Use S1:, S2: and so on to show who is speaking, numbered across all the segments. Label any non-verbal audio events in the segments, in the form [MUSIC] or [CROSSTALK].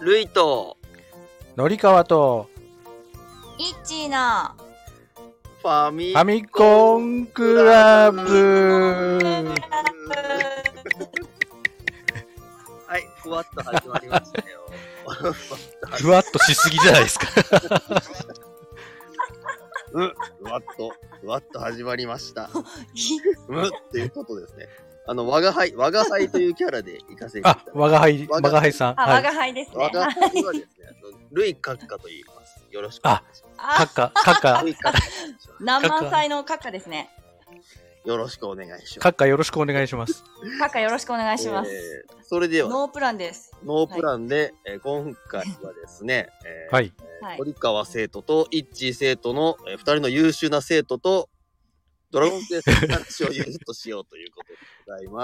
S1: ルイと
S2: のりかわと
S3: イッチーの
S1: ファミ
S2: ファミコンクラブ
S1: はい、ふわっと始まりましたよ。
S4: ふわっとしすぎじゃないですか。
S1: [LAUGHS] うん、ふわっと、ふわっと始まりました。うん、っていうことですね。あの、我が輩、我が輩というキャラで行かせていただ
S2: あ
S1: き、ます。
S2: 我が輩、
S1: 我
S2: 我
S1: が
S2: が輩さん。
S3: あ、
S2: は
S3: 我
S2: い。
S3: が輩ですね。
S1: 我が輩はですね、あのルイ閣下と言います。よろしくお願いしま
S2: カ
S3: あ、
S2: ッカ、カッカ
S1: す。ル、イ閣下と言いま
S3: 何万歳のカッカですね。
S1: す。よろしくお願いし
S2: カ
S1: ま
S2: ッカよろしくお願いします。
S3: カッカよろしくお願い
S1: す。
S3: します。
S1: えーそれでは、
S3: ノープランです。
S1: ノープランで、えー今回はですね、えー
S2: はい。
S3: はい
S1: 堀川生徒とイッチー生徒の、えー、2人の優秀な生徒とドラゴンクエストの話をゆるっとしようということでございま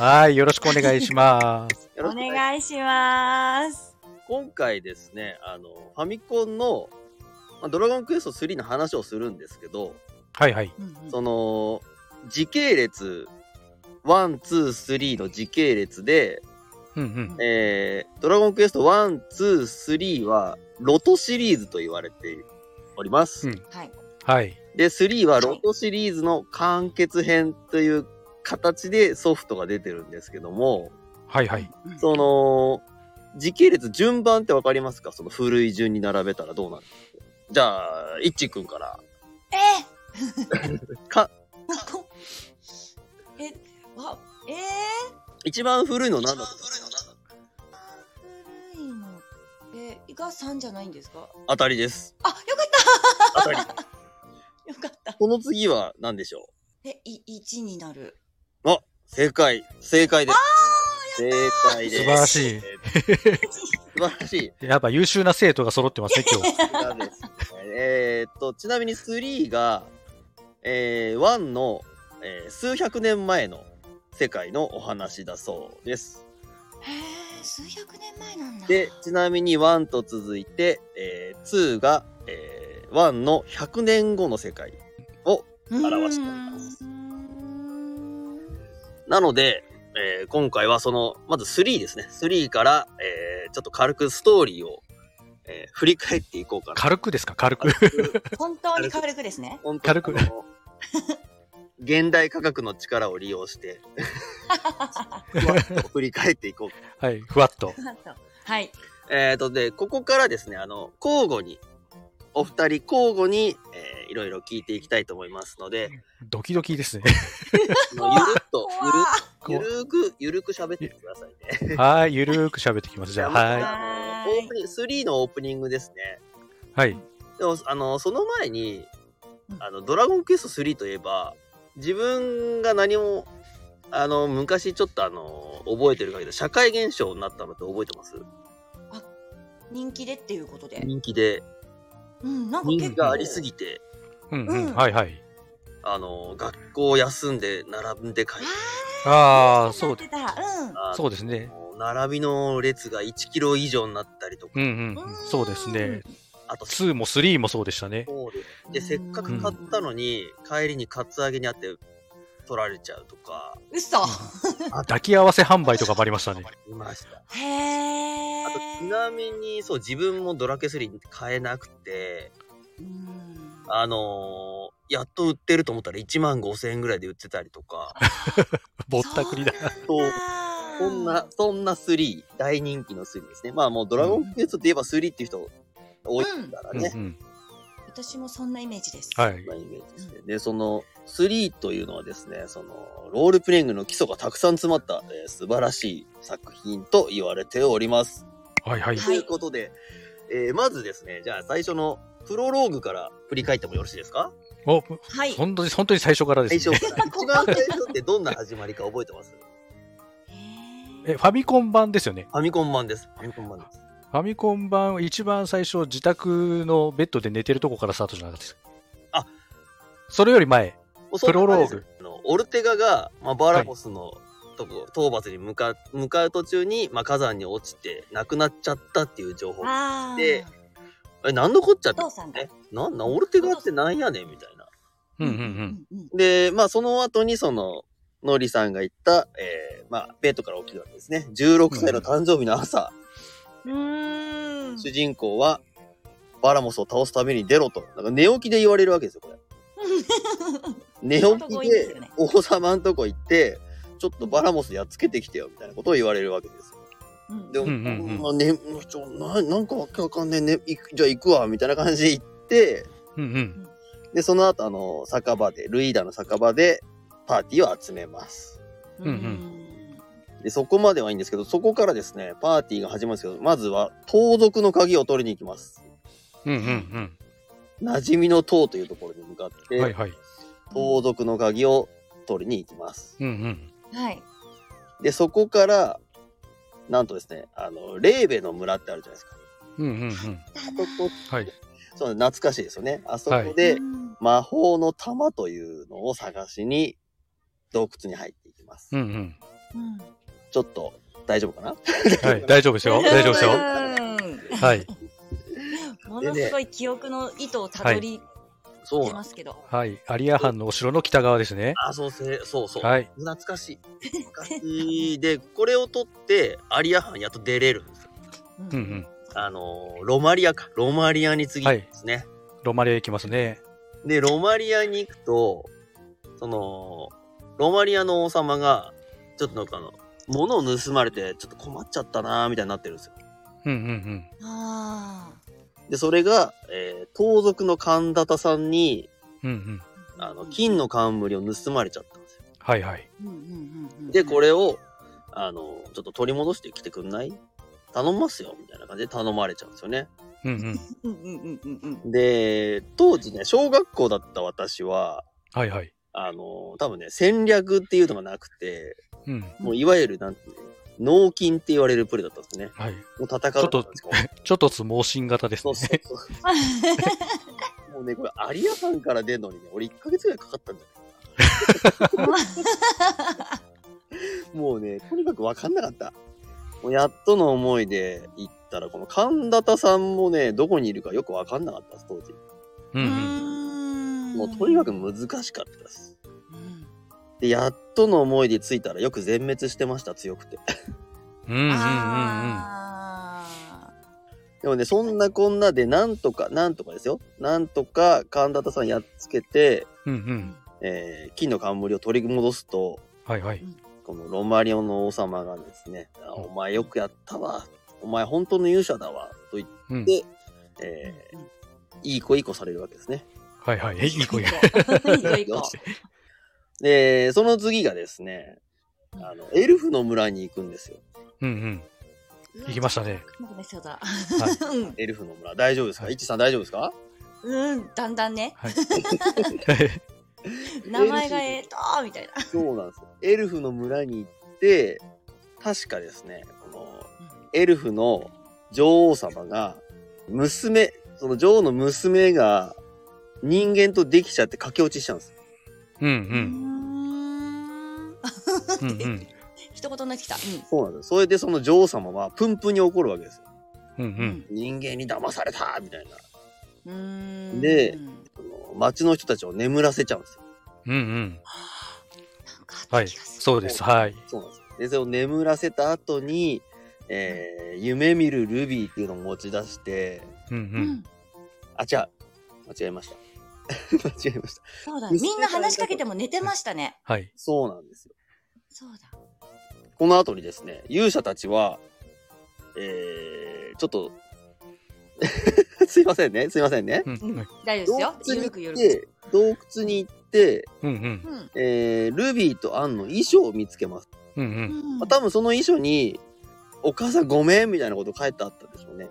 S2: はい、よろしくお願いします
S1: す。。よろ
S3: お
S1: しくね
S3: 願いします。
S1: 今回ですねあのファミコンの、まあ、ドラゴンクエスト3の話をするんですけど
S2: はいはい。
S1: その時系列123の時系列で、
S2: うんうん。
S1: えードラゴンクエスト123はロトシリーズと言われております。
S2: うん
S3: はい。
S2: はい。
S1: で、3はロトシリーズの完結編という形でソフトが出てるんですけども、
S2: はいはい。
S1: その、時系列順番ってわかりますかその古い順に並べたらどうなるじゃあ、いっちくんから。
S3: え
S1: か、
S3: [LAUGHS] え、わ、え
S1: 一番古いの何だった
S3: ー、古いの、えー、が三じゃないんですか
S1: 当たりです。
S3: あ、よかっ
S1: 当たり。
S3: たよかった。
S1: この次は何でしょ
S3: え、い、一になる。
S1: うあ、正解。正解です。正解で
S2: 素
S1: す。
S2: 晴らしい。
S1: 素晴らしい。
S2: やっぱ優秀な生徒が揃ってますね、今
S3: [LAUGHS]
S2: 日。
S1: こちらですねえーっと、ちなみに3が、えー、1の、えー数百年前の世界のお話だそうです。
S3: へえ、数百年前なんだ。
S1: で、ちなみに1と続いて、えー、2が、えー、1の100年後の世界を。表しております
S3: うーん。
S1: なので、えー今回はその、まず3ですね。3から、えーちょっと軽くストーリーを、えー振り返っていこうかな。
S2: 軽くですか、軽く。
S3: 本当に軽くですね。
S1: 本当に
S2: 軽く
S1: あの現代科学の力を利用
S2: [LAUGHS]
S1: して、振り返っていこう。
S2: はい、ふわっと。
S3: [LAUGHS] はい。
S1: えっ、とで、ここからですね、あの、交互に、お二人交互に、えーいろいろ聞いていきたいと思いますので、
S2: ドキドキ [LAUGHS] ですね。
S1: あのゆるっと、ゆ
S2: 怖
S1: る、ゆるく、ゆるく喋ってくださいね。
S2: はい、ゆるーく喋ってきます。じゃあ、
S1: いや
S2: は
S1: ま
S3: は
S1: ずあ
S3: ー
S1: の
S3: い
S1: オープニング、3のオープニングですね。
S2: い。はい。
S1: でも、あの、その前に
S3: う、ん
S1: あの、ドラゴンクエスト3といえば、自分が何も、あの、昔ちょっとあの、覚えてる限り、社会現象になったのって覚えてます
S3: 人気でっていうことで。
S1: 人気で、
S3: うん、なんか
S1: 人
S3: 結
S1: 気
S3: 構。
S1: がありすぎて、
S2: うんう
S3: うん
S2: ん。はいはい。
S1: あの、学校休んで並んで帰
S3: あ
S1: る。
S2: ああ、
S3: そ
S2: そうう
S3: だ
S2: で
S3: ってた。うん。
S1: あの
S2: そうですね。
S1: 並びの列が1キロ以上になったりとか、
S2: うんうんうん。そうですね。
S1: あと
S2: 2も3もそうでしたね。
S1: そうですでせっかく買ったのに、帰りにカツアゲにあって取られちゃうとか
S3: 嘘。
S2: 抱き合わせ販売とかもありましたね。
S1: いました
S3: へ
S1: あとち
S3: え。
S1: なみにそう自分もドラケ3買えなくて
S3: うん
S1: あのーやっと売ってると思ったら1万5000円ぐらいで売ってたりとか
S2: [LAUGHS] ぼったくりだ。。
S3: そうなんだ
S1: そんな。そんな3大人気の3ですねまあもうドラゴンクエストといえば3っていう人多いから
S2: うんう
S1: ね、
S2: ん。
S3: 私もそんなイメージです。。
S2: はいい
S1: ま。あイメージして。で、その3というのはですね、そのロールプレイングの基礎がたくさん詰まった、えー素晴らしい作品と言われております。
S2: はいはい。
S1: ということで、えーまずですね、じゃあ最初のプロローグから振り返ってもよろしいですか
S2: お、
S3: はい。
S2: 本当に、本当に最初から
S1: 最
S2: です
S1: 初
S2: ね。
S1: から。一番最初ってどんな始まりか覚えてます
S3: へ
S2: え、
S3: ー
S2: ファミコン版ですよね。
S1: ファミコン版です。ファミコン版です。
S2: ファミコン版、一番最初、自宅のベッドで寝てるとこからスタートじゃなかったですか。
S1: あ
S2: それより前。
S1: もうそんな
S2: プロロ
S1: 感
S2: ー
S1: じで
S2: グ
S1: すあのオルテガが、まあ、バラボスのとこ、討伐に向か向かう途中に、まあ、火山に落ちて亡くなっちゃったっていう情報。
S3: ああ。
S1: でえ、なんのこっちゃっ
S3: お
S1: て
S3: 父さんが
S1: え。なんなんオルテガってなんやねんみたいな。
S2: うんうんうん。
S3: うんうん。
S1: で、まあその後にその、ノリさんが言った、えー、まあベッドから起きるわけですね。16歳の誕生日の朝。
S3: うん。
S1: 主人公は、バラモスを倒すために出ろと。なんか寝起きで言われるわけですよ、これ。寝起
S3: 男多
S1: き
S3: いです
S1: で
S3: よね
S1: 王様んとこ行って、ちょっとバラモスやっつけてきてよ、みたいなことを言われるわけですよ。
S3: うん
S1: でも、
S2: う
S1: うんん
S2: うんうん
S1: まあね、もうちょななんかわけわかんねえ、ね、行くじゃあ行くわ、みたいな感じで行って、
S2: うんうん。
S1: で、その後、あの、酒場で、ルイーダの酒場で、パーティーを集めます。
S2: うんう
S1: で、そこまではいいんですけど、そこからですね、パーティーが始まるんですけど、まずは、盗賊の鍵を取りに行きます。
S2: うんうん
S1: 馴染みの塔というところに向かっ
S2: う
S1: て、
S2: ん。はいはい。
S1: 盗賊の鍵を取りに行きます。
S2: うんうん。
S3: はい。
S1: で、そこから、なんとですね、あの、レーベの村ってあるじゃないですか。
S2: うんうんうん。
S3: だ
S1: そ
S3: な
S1: こ、
S2: はい。
S1: そう懐かしいですよね。あそこ
S3: ぁ
S1: で、魔法の玉というのを探しに、洞窟に入っていきます。
S2: うんうん。
S3: うん。
S1: ちょっと、大丈夫かな
S2: はい。大丈夫
S3: [LAUGHS]
S2: ですよ。大丈夫ですよ。
S3: よ。
S2: はい。
S3: ものすごい記憶の糸をたどり
S1: そ
S3: てますけど。
S2: はい。アリア藩のお城の北側ですね。
S1: あ、そうせ、そうそう。
S2: はい。
S1: 懐かしい。懐かしい。で、これを取って、アリア藩やっと出れるんですよ。
S3: うん
S2: うんうん。
S1: あのー、ロマリアか。ロマリアに次
S2: はい
S1: ですね。
S2: ロマレ行きますね。
S1: で、ロマリアに行くと、その、ロマリアの王様が、ちょっとなんかあの、物を盗まれて、ちょっと困っちゃったなーみたいになってるんですよ。
S2: うんうん
S3: あ
S1: で、それが、えー盗賊の神田田さんに、
S2: うん。うんうん。
S3: あ。
S1: あの、金の冠を盗まれちゃったんですよ。
S2: はいはい。
S3: うんうんうんうん。
S1: で、これを、あの、ちょっと取り戻してきてくんない頼みますよ、みたいな感じで頼まれちゃうんですよね。
S2: うんうん。
S3: うんうんうんうんうん。
S1: で、当時ね、小学校だった私は、
S2: はいはい。
S1: あの、多分ね、戦略っていうのがなくて、
S2: うん。
S1: もういわゆるなんていうの脳筋って言われるプレーだったんですね。
S2: はい。
S1: もう戦う。
S2: ちょっとちょっとつ盲信型です
S1: そう
S2: ね。
S1: そうそう。もうね、これ、アリアさんから出るのにね、俺1ヶ月ぐらいかかったんじゃないかな。もうね、とにかく分かんなかった。もうやっとの思いで行ったら、この神田田さんもね、どこにいるかよく分かんなかったです、当時。
S2: うんうん。
S1: も
S3: も
S1: うとにかく難しかったです。
S3: うん
S1: で、やっとの思いで着いたら、よく全滅してました、強くて。
S2: うんうんうんうん。
S3: あ
S1: でもね、そんなこんなで、なんとか、なんとかですよ。なんとか、神田田さんやっつけて、
S2: うんうん。
S1: えー金の冠を取り戻すと、
S2: はいはい。
S1: このロマリオの王様がですね、あ
S2: うん
S1: お前よくやったわ。お前本当の勇者だわ。と言っ
S2: うん。
S1: て、
S3: ー
S1: えーいい子いい子されるわけですね。
S2: はいはい。えいい声が。
S3: いい子い
S2: [LAUGHS]
S3: い子
S1: よしで、その次がですね、あの、エルフの村に行くんですよ。
S2: うんうん。行きましたね。
S3: なんかねそうだ
S2: はい。
S3: [LAUGHS] うん
S1: エルフの村。大丈夫ですか、
S2: はい
S1: い、一さん大丈夫ですか
S3: うん、だんだんね、
S1: [LAUGHS]
S2: はい
S3: 名前がええとーみたいな。
S1: そうなんですよ。エルフの村に行って、確かですね、この、エルフの女王様が、娘、その女王の娘が、人間とできちゃって駆け落ちしちゃうんですよ。
S2: うんう。
S3: うんん。あ
S2: うんうん。
S3: 一言になってきた。
S1: そうなんですよ。それでその女王様は、プンプンに怒るわけですよ。
S2: うんうん。
S1: 人間に騙されたみたいな。
S3: うん。うん
S1: で
S3: うん
S1: あの町の人たちを眠らせちゃうんですよ。
S2: うんうん。
S3: なんかあ
S2: は
S3: った
S2: い。
S3: 気がす
S2: そうです。はい。
S1: そうなんですよ。で、それを眠らせた後に、えー、夢見るルビーっていうのを持ち出して、
S2: うんう。
S3: る。うんん。
S1: あ、違う。間違えました。 [LAUGHS] 間違えました。
S3: そうだ。みんな話しかけても寝てましたね。
S2: はい。
S1: そうなんですよ。
S3: そうだ。
S1: この後にですね、勇者たちは、えー、ちょっと、 [LAUGHS] すいませんね、すいませんね。
S2: うんうん
S3: 大丈
S1: 洞
S3: 夫です
S1: 窟
S3: よ。ゆ
S1: に
S3: るくゆ
S1: 行っ
S3: るく。
S1: て、洞窟に行って、
S2: うんうん。
S3: うん。
S1: えー、ルビーとアンの衣装を見つけます。
S2: うんう。
S3: うんん
S1: まあ、多分その衣装に、お母さんごめんみたいなこと書いてあったんでしょうね。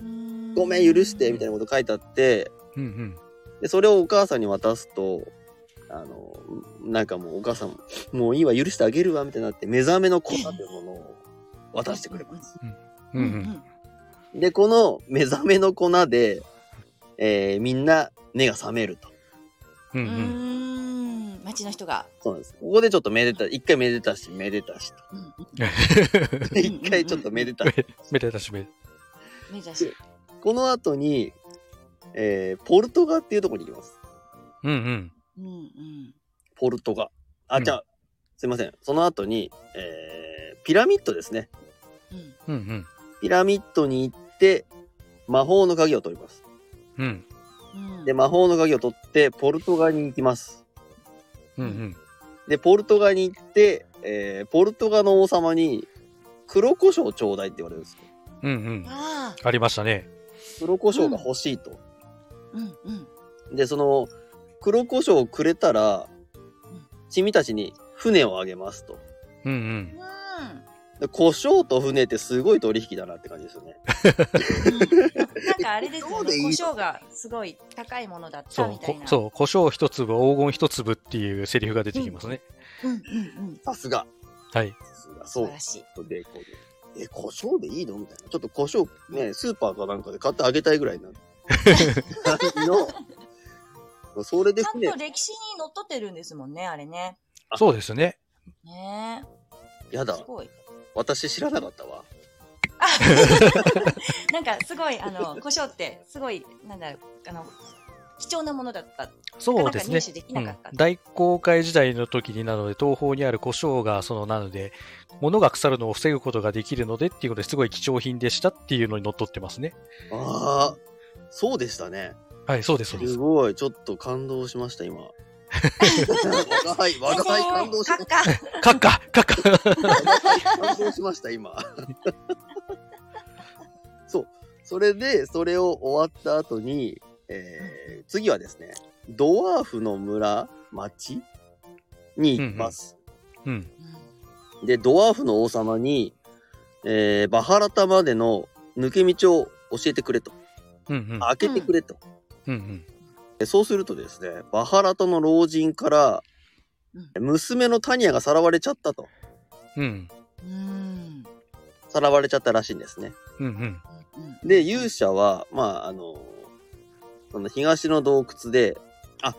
S3: うん
S1: ごめん許してみたいなこと書いてあって、
S2: うんうん。
S1: で、それをお母さんに渡すと、あの、なんかもうお母さん、もういいわ、許してあげるわ、みたいになって、目覚めの粉というものを渡してくれます。
S2: うんうん。
S1: で、この目覚めの粉で、えーみんな目が覚めると。
S2: うんう。
S3: うんん。街の人が。
S1: そうなんです。ここでちょっとめでた、一回めでたし、めでたし
S2: [LAUGHS]
S1: と。
S3: うんうん
S1: で一回ちょっとめでたし。
S2: めでたしめ。
S3: 目指し。
S1: この後に、えーポルトガっていうところに行きます。
S2: うんうん。
S3: うんうん。
S1: ポルトガ。あ、
S2: うん
S1: じゃあ、すいません。その後に、えーピラミッドですね。
S3: うん
S2: うん
S1: ピラミッドに行って、魔法の鍵を取ります。
S2: うん。
S3: うん
S1: で、魔法の鍵を取って、ポルトガルに行きます。
S2: うんうん。
S1: で、ポルトガルに行って、えーポルトガルの王様に、黒胡椒をちょうだいって言われるんですよ。
S2: うんうん。
S3: あ
S2: ありましたね。
S1: 黒胡椒が欲しいと。
S3: あ、うんうん。
S1: で、その、黒胡椒をくれたら、君たちに船をあげますと。
S2: うんうん。
S1: で胡椒と船ってすごい取引だなって感じですよね。
S3: なんかあれですよ
S1: どう
S3: ね、
S1: でいい
S3: 胡椒がすごい高いものだった
S2: そう
S3: みたい
S2: こ
S3: な。う。
S2: そう、胡椒一粒、黄金一粒っていうセリフが出てきますね。
S3: うんうんうん。
S1: さすが。
S2: はい。
S1: さすが。そ
S3: 素
S1: う
S3: 晴。らしい。
S1: で、こう、え、胡椒でいいのみたいな。ちょっと胡椒、ね、スーパーかなんかで買 [LAUGHS] ってあげたいぐらいな
S3: [LAUGHS]
S1: 感じの。それで
S3: ちゃん
S1: 船、い
S3: と歴史にのっとってるんですもんね、あれね。
S2: そうですね。
S3: ね
S1: や
S3: え。
S1: だ
S3: す、ごい。
S1: 私知らなかったわ。
S3: なんかすごい、あの、胡椒って、すごい、なんだろう、あの、貴重なものだった。
S2: そうですね
S3: なかなか入手できなかった
S2: うん大航海時代の時になので東方にある胡椒がそのなので物が腐るのを防ぐことができるのでっていうことですごい貴重品でしたっていうのにのっとってますね
S1: ああ、そうでしたね。
S2: はいそうですそうですす
S1: ごい、ちょっと感動しました、
S2: [LAUGHS]
S1: 今。我が輩、我が輩感動しま
S3: カ
S1: し
S3: ッカ
S2: カッカカッ
S3: [LAUGHS]
S2: カ
S1: た。我が輩感動しました、今。 [LAUGHS] そう。それで、それを終わった後に、えー、次はですね、ドワーフの村、町に行きます。
S2: うん
S1: で、ドワーフの王様に、えー、バハラタまでの抜け道を教えてくれと。
S2: うんうん
S1: 開けてくれと。
S2: うんうん
S1: でそうするとですね、バハラタの老人から、娘のタニアがさらわれちゃったと。
S2: うん
S3: うん。
S1: さらわれちゃったらしいんですね。
S2: うんうん
S1: で、勇者は、まあ、あの、その東の洞窟で、あ、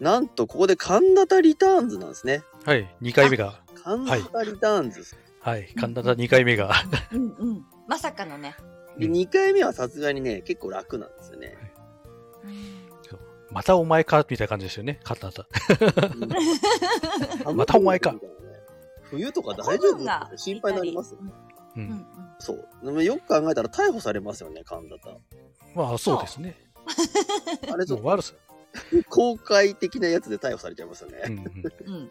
S1: なんとここで神田田リターンズなんですね。
S2: はい2回目が
S1: 神田田リターンズ。
S2: はい神田田2回目が
S3: うんうん。まさかのね。
S1: で、
S2: うん
S1: 2回目はさすがにね、結構楽なんですよ
S2: [LAUGHS]
S1: ね。
S2: またお前かみたいな感じですよね神田田
S1: うん
S2: またお前か。
S1: 冬とか大丈
S3: コロナ
S1: 夫心配になりますよ
S3: う。ん
S2: う
S3: うんうんん。
S1: そう。でもよく考えたら逮捕されますよね、神田田。
S2: まあそうですね
S1: あれち
S2: も
S1: ょっ
S2: う
S1: と
S2: 悪さ
S1: 公開的なやつで逮捕されちゃいますよ
S2: う
S1: ね。
S2: んうん
S3: うん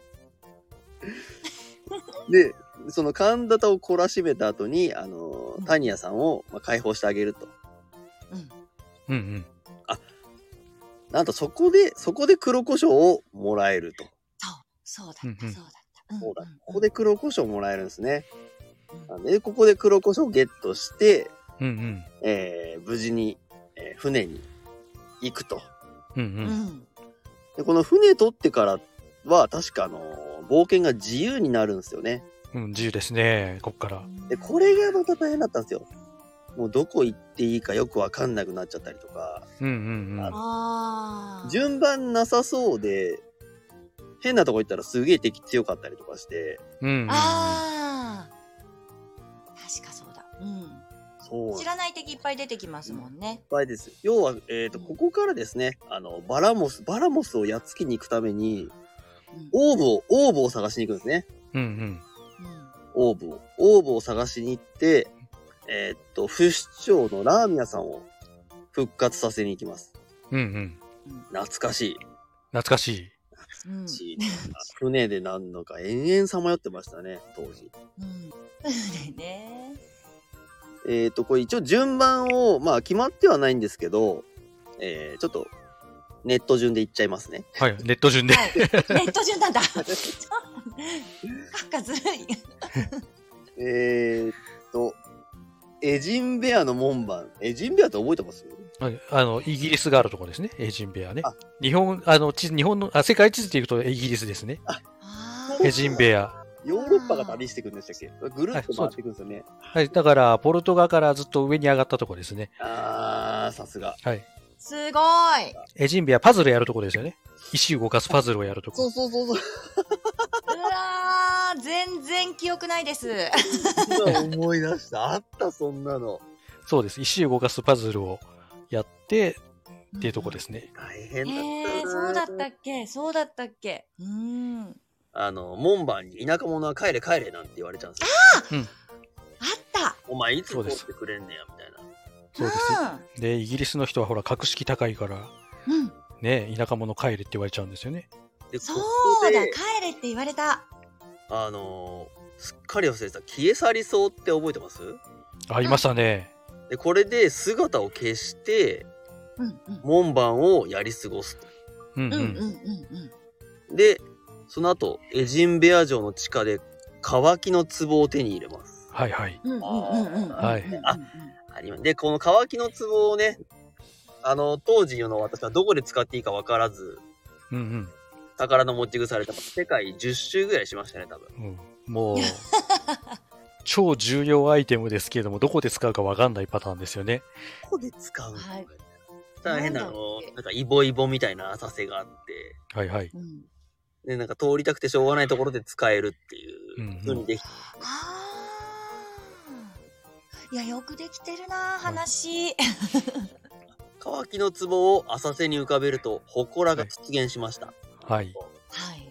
S1: で、その神田田を懲らしめた後に、あの
S3: うん、
S1: タニアさんをまあ解放してあげると。
S3: うん。
S2: うんうん
S1: なんとそこで、そこで黒胡椒をもらえると。
S3: そう、そうだった、
S2: うんうん
S3: そうだった。
S1: そうだこ
S3: こ
S1: こで黒胡椒もらえるんですね
S3: うん。
S1: なんで、ここで黒胡椒をゲットして、
S2: うんうん
S1: えー無事に、えー船に行くと。
S2: うん
S3: う
S2: うん
S3: ん。
S1: で、この船取ってからは、確かあの、冒険が自由になるんですよね。
S2: うん自由ですねこっから
S1: で、これがまた大変だったんですよ。もうどこ行っていいかよくわかんなくなっちゃったりとか、
S2: うんうんうん
S3: ああ。
S1: 順番なさそうで、変なとこ行ったらすげえ敵強かったりとかして、
S2: うんうんうん
S3: ああ。確かそうだ。う
S1: そうなんで
S3: ん。
S1: す
S3: 知らない敵いっぱい出てきますもんね
S1: いっ。ぱいです。要は、えっ、と、ここからですね、あの、バラモス、バラモスをやっつけに行くために、
S3: うん
S1: オーブを、オーブを探しに行くんですね。
S2: うんうん
S3: うん
S1: オーブを。オーブを探しに行って、えっ、と、不死鳥のラーミアさんを復活させに行きます。
S2: うんうん。
S1: 懐かしい。
S2: 懐かしい。
S3: うん [LAUGHS]
S1: し船でなんのか延々さまよってましたね、当時。
S3: うん。でね。
S1: えっ、と、これ一応順番を、まあ決まってはないんですけど、えー、ちょっと、ネット順で行っちゃいますね。
S2: はい、ネット順で。
S3: はい。ネット順なんだ。 [LAUGHS] そうなんかずるい。
S1: えー、っと、エジンベアの門番。エジンベアって覚えてます
S2: はい、あの、イギリスがあるところですね。エージンベアね
S1: あ。
S2: 日本、あの、地図、日本の、あ、世界地図でいうとイギリスですね。
S3: あ
S2: エージンベア。
S1: ヨーロッパが旅してくんでしたっけぐるっと回ってくんですよね。
S2: はい、だから、ポルトガからずっと上に上がったところですね。
S1: あー、さすが。
S2: はい。
S3: すごい。
S2: エージンベア、パズルやるところですよね。石動かすパズルをやるとこ
S1: そう
S2: ろ。
S1: そうそうそう。
S3: うわー、全然記憶ないです。。
S1: 今思い出した。あった、そんなの。
S2: そうです。石動かすパズルをやって、っていうところですすね。
S1: 大変
S3: え
S1: だったな
S3: ー、そうだったっけそうだったっけうーん。
S1: あの、門番に田舎者は帰れ帰れなんて言われちゃうんですよ。
S2: うん。
S3: あった
S1: うお前いつ怒ってくれんねや、みたいな。
S2: そうですで、イギリスの人はほら、格式高いから、
S3: うん。うん。
S2: ね、田舎者帰れって言われちゃうんですよね。
S1: で、こ
S3: そ
S1: こ
S3: うだ、
S1: で、
S3: 帰れって言われた。
S1: あのーすっかり忘れてた、消え去りそうって覚えてます
S2: ありましたね。
S1: で、これで姿を消して、
S3: うんうん。
S1: 門番をやり過ごすと。
S2: うんう
S3: うんうんうん
S2: ん。
S3: うん。
S1: で、その後、エジンベア城の地下で、乾きの壺を手に入れます。
S2: はいはい。
S3: うんうんうんうんうんうんうん。
S2: はい
S1: あありますで、この乾きの壺をね、あの、当時の私はどこで使っていいかわからず、
S2: うん
S1: 宝の持ち腐れた世界10周ぐらいしましたね、多分。
S2: うんうん。 [LAUGHS] もう、超重要アイテムですけれども、どこで使うかわかんないパターンですよね。
S1: どこで使うの、
S3: はい
S1: 大変なあ
S3: なんだ
S1: の
S3: ろう
S1: なんかイボイボみたいな浅瀬があって
S2: はいはい。
S3: うん。
S1: でなんか通りたくてしょうがないところで使えるってい
S2: うんうん
S1: う風にできて、
S3: あーいや、よくできてるな、話。
S1: 乾きの壺を浅瀬に浮かべると祠が出現しました、
S2: はい。
S3: はい。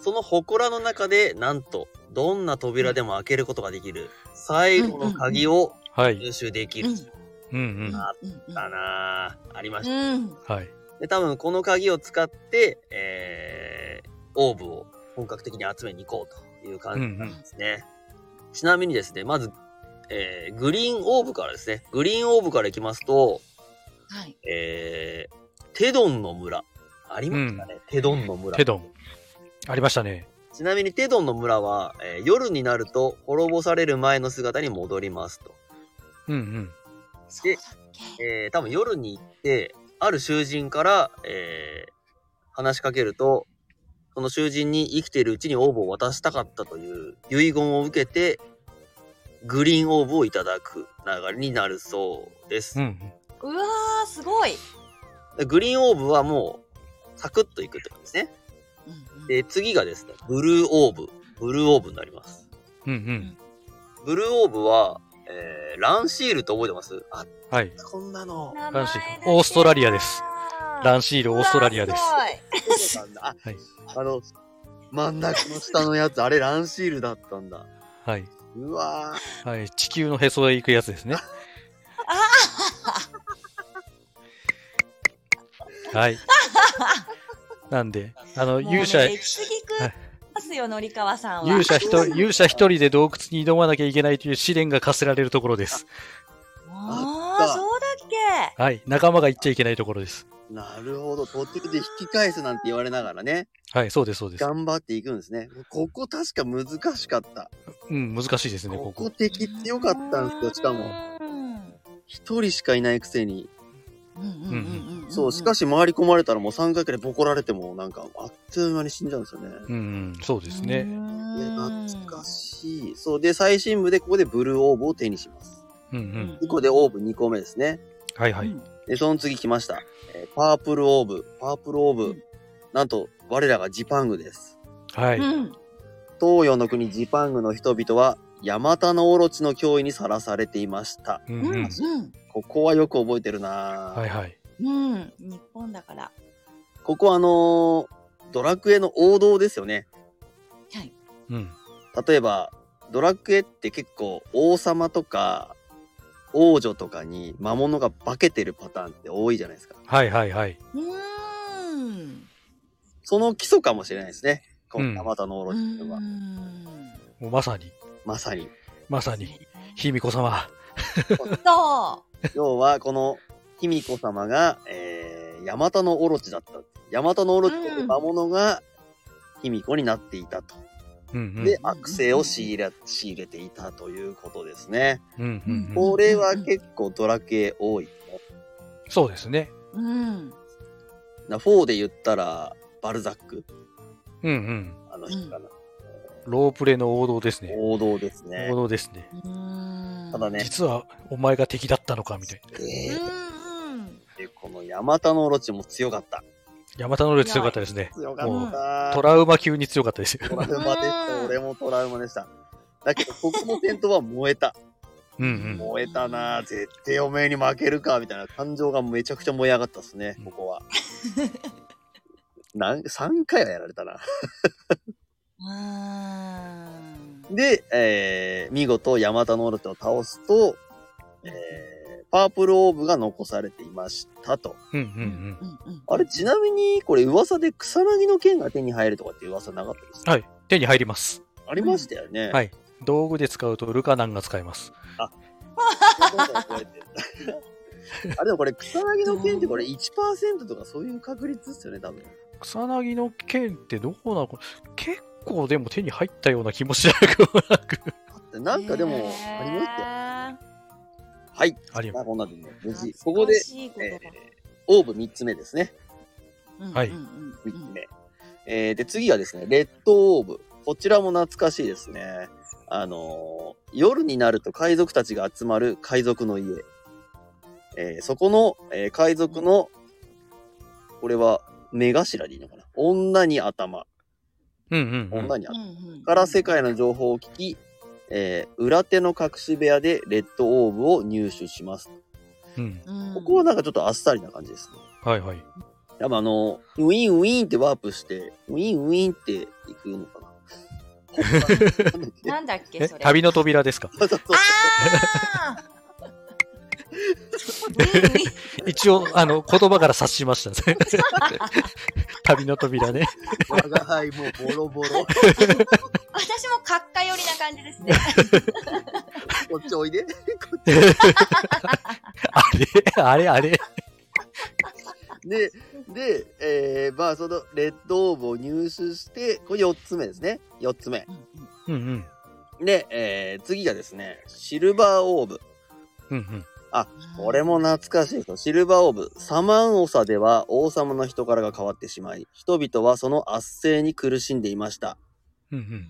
S1: その祠の中でなんとどんな扉でも開けることができる最後の鍵を
S2: はい。
S1: 入手でき
S3: う
S1: る、
S3: ん。
S2: うん
S3: う
S2: うんん。
S1: だなぁありました、
S3: うん。
S2: はい。
S1: で多分この鍵を使って、えーオーブを本格的に集めに行こうという感
S2: うんう
S1: じ
S2: ん。
S1: ですね。ちなみにですね、まず、えーグリーンオーブからですね、グリーンオーブからいきますと、
S3: はい。
S1: えーテドンの村。ありましたね、テドンの村
S2: テ。ドン。ありましたね。
S1: ちなみにテドンの村は、えー夜になると滅ぼされる前の姿に戻りますと。
S2: うんうん。
S3: そうだっけ。
S1: えー多分夜に行って、ある囚人から、えー話しかけると、その囚人に生きているうちにオーブを渡したかったという遺言を受けて、グリーンオーブをいただく流れになるそうです。
S2: うんうん。
S3: うわー、すごい。
S1: でグリーンオーブはもう、サクッといくって感じですね。
S3: うんうん
S1: で、次がですね、ブルーオーブ。ブルーオーブになります。
S2: うんうん。
S1: ブルーオーブは、えーランシールと覚えてますあ、
S2: はい。
S1: こんなの。
S3: 名前
S2: ランシー
S3: だけ
S2: オーストラリアですラ
S3: ン
S2: ンシール、オーストラリアです。
S1: そうなんだ。あ、
S2: はい
S1: あの、真ん中の下のやつ、あれランシールだったんだ。
S2: はい。
S1: うわ
S2: はい。地球のへそへ行くやつですね。はい。なんで、あの、勇者、
S3: 行き過ぎくますよ、のりかわさんは。
S2: 勇者一人、勇者一人で洞窟に挑まなきゃいけないという試練が課せられるところです。
S3: あ
S1: あ
S3: あ
S1: った
S3: そうだっけ
S2: はい。仲間が行っちゃいけないところです。
S1: ーなるほど。途中で引き返すなんて言われながらね、
S2: はい、そうです、そうです。
S1: 頑張っていくんですね。ここ確か難しかった。
S2: うん、難しいですね、
S1: こ
S2: こ
S1: こ
S2: こ。
S1: 敵強かったんですよ、しかも。
S3: も
S1: 一人しかいないくせに。そう、しか
S3: し
S1: し回り込まれたらもう3回くらいボコられても、なんか、あっという間に死んじゃうんですよね。
S2: うん、うん、そうですね。
S1: いや、懐かしい。そう、で、最新部でここでブルーオーブを手にします。
S2: うん、うん。
S1: ここでオーブ2個目ですね。
S2: はい、はい。
S1: で、その次来ました。えーパープルオーブ。パープルオーブ。
S3: うん
S1: なんと、我らがジパングです。
S2: はい。
S1: 東洋の国ジパングの人々は、ヤマタノオロチの脅威にさらされていました。
S2: うん、うん。
S1: ここはよく覚えてるなぁ、
S2: はい、はい。
S3: うん日本だから
S1: ここはあのードラクエの王道ですよね。
S3: はい
S2: うん。
S1: 例えば、ドラクエって結構王様とか王女とかに魔物が化けてるパターンって多いじゃないですか。
S2: はい、はい、はい。
S3: うん
S1: その基礎かもしれないですね。こ
S2: う
S1: の
S2: ん
S1: ヤマタノオロチっていうのは、
S2: もうまさに、
S1: まさに。
S2: まさに、卑弥呼様。
S3: そ
S1: 要はこの卑弥呼様が、えー、ヤマタノオロチだった。ヤマタノオロチという魔物が卑弥呼になっていたと。
S2: うん、うん。
S1: で、悪性を仕入れ仕入れていたということですね。
S2: うん、うんうん。
S1: これは結構ドラクエ多い。
S2: そうですね。
S3: ううん
S1: な4で言ったら、バルザック
S2: うん、うん。
S1: あの人かな。
S2: ロープレの王道ですね。
S1: 王道ですね
S2: 王。道ですね。
S3: うん
S1: ただね、
S2: 実は、お前が敵だったのか、みたいな。
S3: う
S1: え
S3: ん
S1: ーこのヤマタノオロチも強かった。
S2: ヤマタノルチ強かったですね。
S1: 強かった。
S2: トラウマ級に強かったですよ。
S1: トラウマでした。
S3: うん
S1: 俺もトラウマでした。だけど、ここの戦闘は燃えた。
S2: [LAUGHS] うんうん。
S1: 燃えたなぁ絶対おめえに負けるかみたいな感情がめちゃくちゃ燃え上がったっすね
S2: うん
S1: ここはなん3回はやられたな
S3: うん
S1: で、えー見事ヤマタノオルテを倒すと、えーパープルオーブが残されていましたと。
S2: うんうん
S3: うんうん
S1: あれ、ちなみに、これ噂で草薙の剣が手に入るとかっていう噂なかったです
S2: うん。はい。手に入ります。
S1: ありましたよね。 [LAUGHS]
S2: はい。道具で使うとルカナンが使えます。
S1: あれでもこれ草薙の剣ってこれ1%とかそういう確率ですよね、多分。
S2: 草薙の剣ってどうなの結構でも手に入ったような気もしなく
S1: [LAUGHS]
S2: もなく。
S1: なんかでも、ありましたよ。はい。
S2: あり
S1: ま
S2: ま
S1: あ、こんなでね、無
S3: ね
S1: 事
S3: え。
S1: ここで、え
S3: 懐かしい
S1: ーオーブ3つ目ですね。
S3: ことが
S2: はい
S3: うんうんうん
S1: 3つ目。えーで、次がですね、レッドオーブ。こちらも懐かしいですね。あのー夜になると海賊たちが集まる海賊の家。えーそこの、えー海賊の、これは、目頭でいいのかな女に頭。
S2: うんうん、うん。
S1: 女に頭。
S3: うんうん
S1: から世界の情報を聞き、えー裏手の隠し部屋でレッドオーブを入手します。
S2: うん。
S3: うん
S1: ここはなんかちょっとあっさりな感じですね。
S2: はいはい。
S1: やっぱあの、ウィンウィンってワープして、ウィンウィンって行くのか [LAUGHS] な。
S3: なんだっけ
S2: え
S3: それ
S2: 旅の扉ですか
S1: そうそうそう
S3: ああ [LAUGHS]
S2: 一応、あの、言葉から察しました
S1: [LAUGHS]
S2: ね。 [LAUGHS] 旅の扉ね。
S1: 我が輩もボロボロ。 [LAUGHS]
S3: 私も閣下寄りな感じですね。
S1: こっちおいで。
S2: あれあれあれ
S1: で、で、えー、まあそのレッドオーブを入手して、これ4つ目ですね。4つ目。
S2: うんうん。
S1: で、えー、次がですね、シルバーオーブ。
S2: うんうん。
S1: これも懐かしいですよシルバーオーブ。サマンオサでは王様の人柄が変わってしまい、人々はその圧政に苦しんでいました。
S2: うんうん。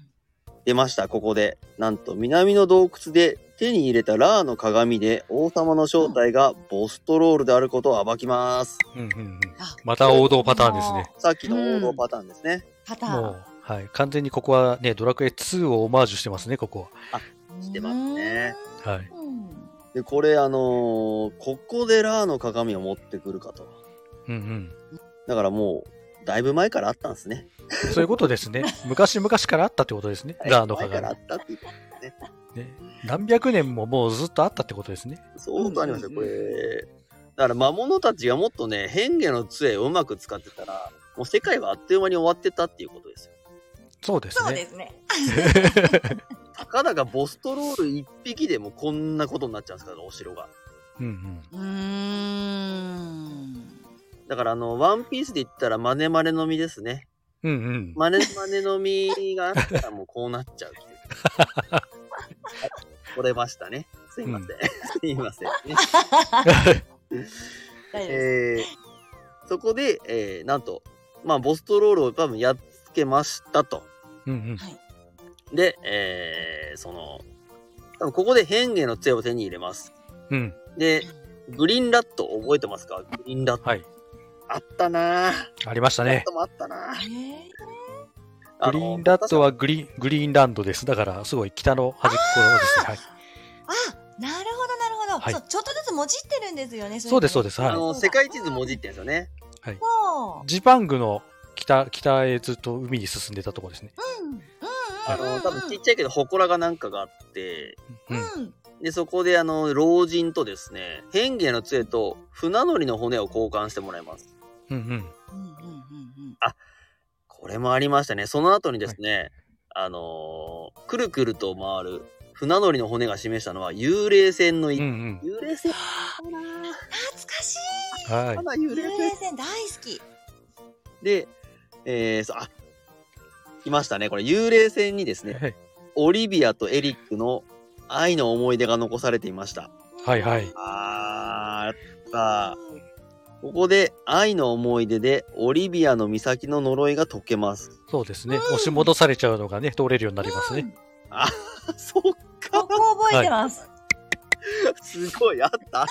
S1: 出ました、ここで。なんと、南の洞窟で手に入れたラーの鏡で王様の正体がボストロールであることを暴きます。
S2: うんうんうん
S3: あ
S2: また王道パターンですね。
S1: さっきの王道パターンですね。
S3: パター
S2: も
S3: ン。
S2: う、はい。完全にここはね、ドラクエ2をオマージュしてますね、ここ
S1: してますね
S2: は。はい。
S3: うん。
S1: で、これ、あのーここでラーの鏡を持ってくるかと。
S2: うんうん。
S1: だからもう、だいぶ前からあったんですね。
S2: そういうことですね。昔々からあったってことですね。ラーの
S1: 前からあっ。
S2: 鏡
S1: たっていうことですね。
S2: ね、何百年ももうずっとあったってことですね。
S1: 相当ありますよ、
S3: うん
S1: こ
S3: うんうん
S1: れ。だから魔物たちがもっとね、変化の杖をうまく使ってたら、もう世界はあっという間に終わってたっていうことですよ。
S2: そうです
S3: そう
S2: ね。
S3: ですね。
S1: たかだかボストロール1匹でもこんなことになっちゃうんですから、お城が。
S2: うんうん。
S3: うーん。
S1: だからあの、ワンピースで言ったらマネマネの実ですね。
S2: うんうん。
S1: マネマネの実があったらもうこうなっちゃうっていう。折れましたね。すいません。すいませんね。
S3: 大丈夫です
S1: えーそこで、えーなんと、まあ、ボストロールを多分やっつけましたと。
S2: うんうん。
S1: で、えーその、多分ここで変化の杖を手に入れます。
S2: うん。
S1: で、グリーンラット覚えてますかグリーンラット。
S2: はい。
S1: あったなぁ。
S2: ありました
S1: ラッ
S2: ね。
S1: トもあったなぁ。
S3: え
S1: あの
S2: グリーンラット。はグリグリーンランドです。だから、すごい北の端っこのですね。はい。
S3: ーあ、なるほどなるほど。
S2: はい
S3: そうちょっとずつもじってるんですよね。
S2: そうです、そうで
S3: で
S2: す。
S1: あ
S2: は
S1: の、世界地図もじってんですよね。
S3: す。そ
S2: い。ジパングの北、北へずっと海に進んでたところですね。
S3: う。うんうん
S1: あの、多分ちっちゃいけど、祠がなんかがあって、
S2: うん。
S3: うんうん。
S1: で、そこで、あの、老人とですね、変化の杖と船乗りの骨を交換してもらいます。
S2: うんうん。
S3: うんうんうん
S1: これもありましたね。その後にですね、あのーくるくると回る船乗りの骨が示したのは幽霊船の一、
S2: うんうん。
S1: 幽霊船
S3: うん。懐かしい。
S2: はい
S1: ま。だ幽
S3: 幽
S1: 霊
S3: 霊
S1: 船
S3: 船大好き。
S1: で、えー、そうあ、来ましたね。これ幽霊船にですね、
S2: はい
S1: オリビアとエリックの愛の思い出が残されていました。
S2: はいはい
S1: あー、やっぱ、ここで愛の思い出でオリビアの岬の呪いが解けます。 [LAUGHS]
S2: そうですね。押し戻されちゃうのがね、通れるようにな
S3: あ
S2: りますね。。
S1: そっ
S3: こ
S1: か、
S3: こ覚えてます。
S1: すごい、あった。あ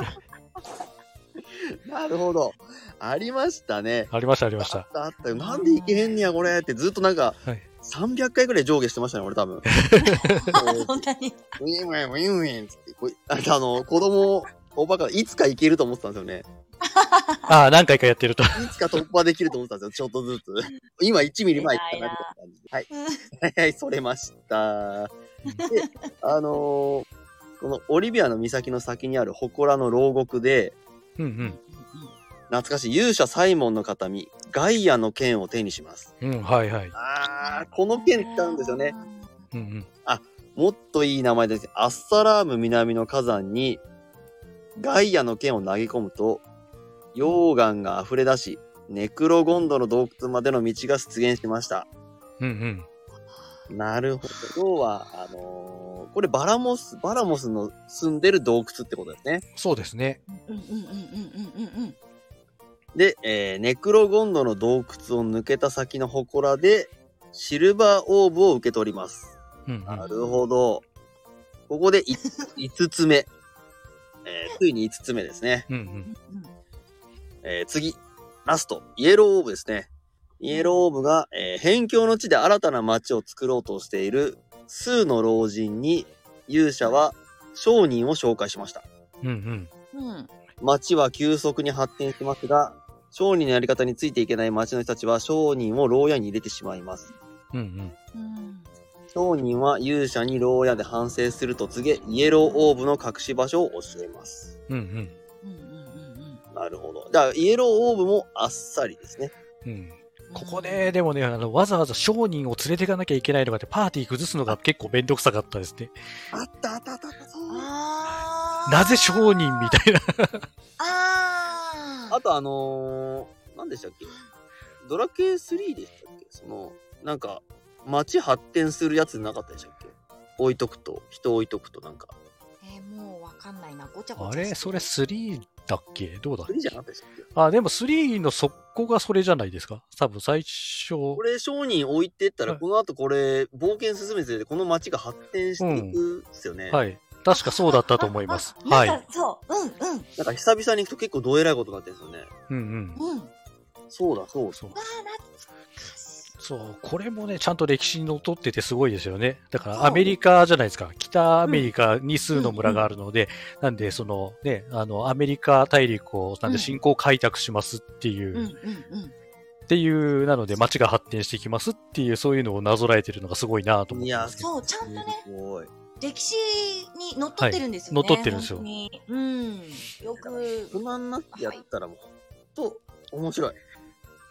S1: [LAUGHS] ったなるほど。ありましたね。
S2: ありました、ありまし
S1: あ
S2: た
S1: っ。たあった。なんでいけへんねや、これってずっとなんか、
S2: はい。
S1: 300回ぐらい上下してましたね、俺多分。ウ
S2: [LAUGHS]
S1: ィ
S3: そんなに。
S1: ンウィンウィンウィンっつって、こいああの、子供、おバカ、いつか行けると思ってたんですよね。
S2: ああ、何回かやってると。
S1: いつか突破できると思ってたんですよ、ちょっとずつ。今1ミリ前行ったな、みたいな感じで。はい。はいはい、 [LAUGHS] それました。で、あのーこのオリビアの岬の先にある祠の牢獄で、
S2: うん
S1: 懐かしい勇者サイモンの形見、ガイアの剣を手にします。
S2: うん。うん、はいはい。
S1: あー、この剣使うんですよね。。
S2: うんうん。
S1: もっといい名前です。アッサラーム南の火山に、ガイアの剣を投げ込むと、溶岩が溢れ出し、ネクロゴンドの洞窟までの道が出現しました。
S2: うんうん。
S1: なるほど。要は、あのーこれバラモス、バラモスの住んでる洞窟ってことですね。
S2: そうですね。
S3: うんうんうんうんうんうんうん。
S1: で、えーネクロゴンドの洞窟を抜けた先の祠で、シルバーオーブを受け取ります。
S2: うんうん。
S1: なるほど。ここで5つ [LAUGHS] 目。えーついに5つ目ですね。
S2: うんうん。
S1: えー次、ラスト、イエローオーブですね。イエローオーブが、えー辺境の地で新たな町を作ろうとしている数の老人に勇者は商人を紹介しました。
S2: うんうん。
S3: うん。
S1: 町は急速に発展しますが、商人のやり方についていけない町の人たちは商人を牢屋に入れてしまいます。
S2: うんうん。
S3: うん。
S1: 商人は勇者に牢屋で反省すると告げ、イエローオーブの隠し場所を教えます。
S2: うんうん。
S3: うんうん
S1: なるほど。だからイエローオーブもあっさりですね。
S2: うん。ここね、でもね、あの、わざわざ商人を連れていかなきゃいけないのがって、パーティー崩すのが結構めんどくさかったですね。
S1: あったあったあったあった。そう
S3: ああ。
S2: なぜ商人みたいな。
S3: ああ。
S1: あとあのー、何でしたっけドラクエ3でしたっけその、なんか、街発展するやつなかったでしたっけ置いとくと、人置いとくとなんか。
S3: えー、もうわかんないな。ごちゃご
S2: あ
S3: ちゃしてる。
S2: れそれ3だっけどうだっけ
S1: 3じゃなかったでしたっけ
S2: あ、でも3の速攻がそれじゃないですか多分最初。
S1: これ商人置いてったら、
S2: はい
S1: この後これ、冒険進めて、この街が発展していくっすよね。
S2: はい。確かそうだったと思います。
S3: あ
S2: は。
S3: なん
S2: い。
S3: かそう。うんうん
S1: なんか久々に行くと結構どえらいことになってるんですよね。
S2: うんうん。
S3: うん。わ
S1: そうだ、そうだ。
S2: そう。
S3: あ懐かしい。
S2: そう。これもね、ちゃんと歴史にのっとっててすごいですよね。だか
S3: そ
S2: ら
S3: う
S2: アメリカじゃないですか。北アメリカに数の村があるので、なんで、そのね、あの、アメリカ大陸を、なんで
S3: うん
S2: 新興開拓しますっていう、
S3: うんう
S2: っ
S3: んうん。
S2: ていう、なので街が発展していきますっていう、そういうのをなぞらえてるのがすごいなと思っ
S1: い
S2: てま
S1: や、
S2: す
S1: す
S2: けど。
S3: そうちゃんとね
S1: ごい。
S3: 歴史にのっとってるんですよ
S2: は
S3: ね。
S2: いのっとってるんですよ
S3: 本当にうん。よ
S1: 不
S3: く
S1: 満になってやったらもう、ほんと、面白い。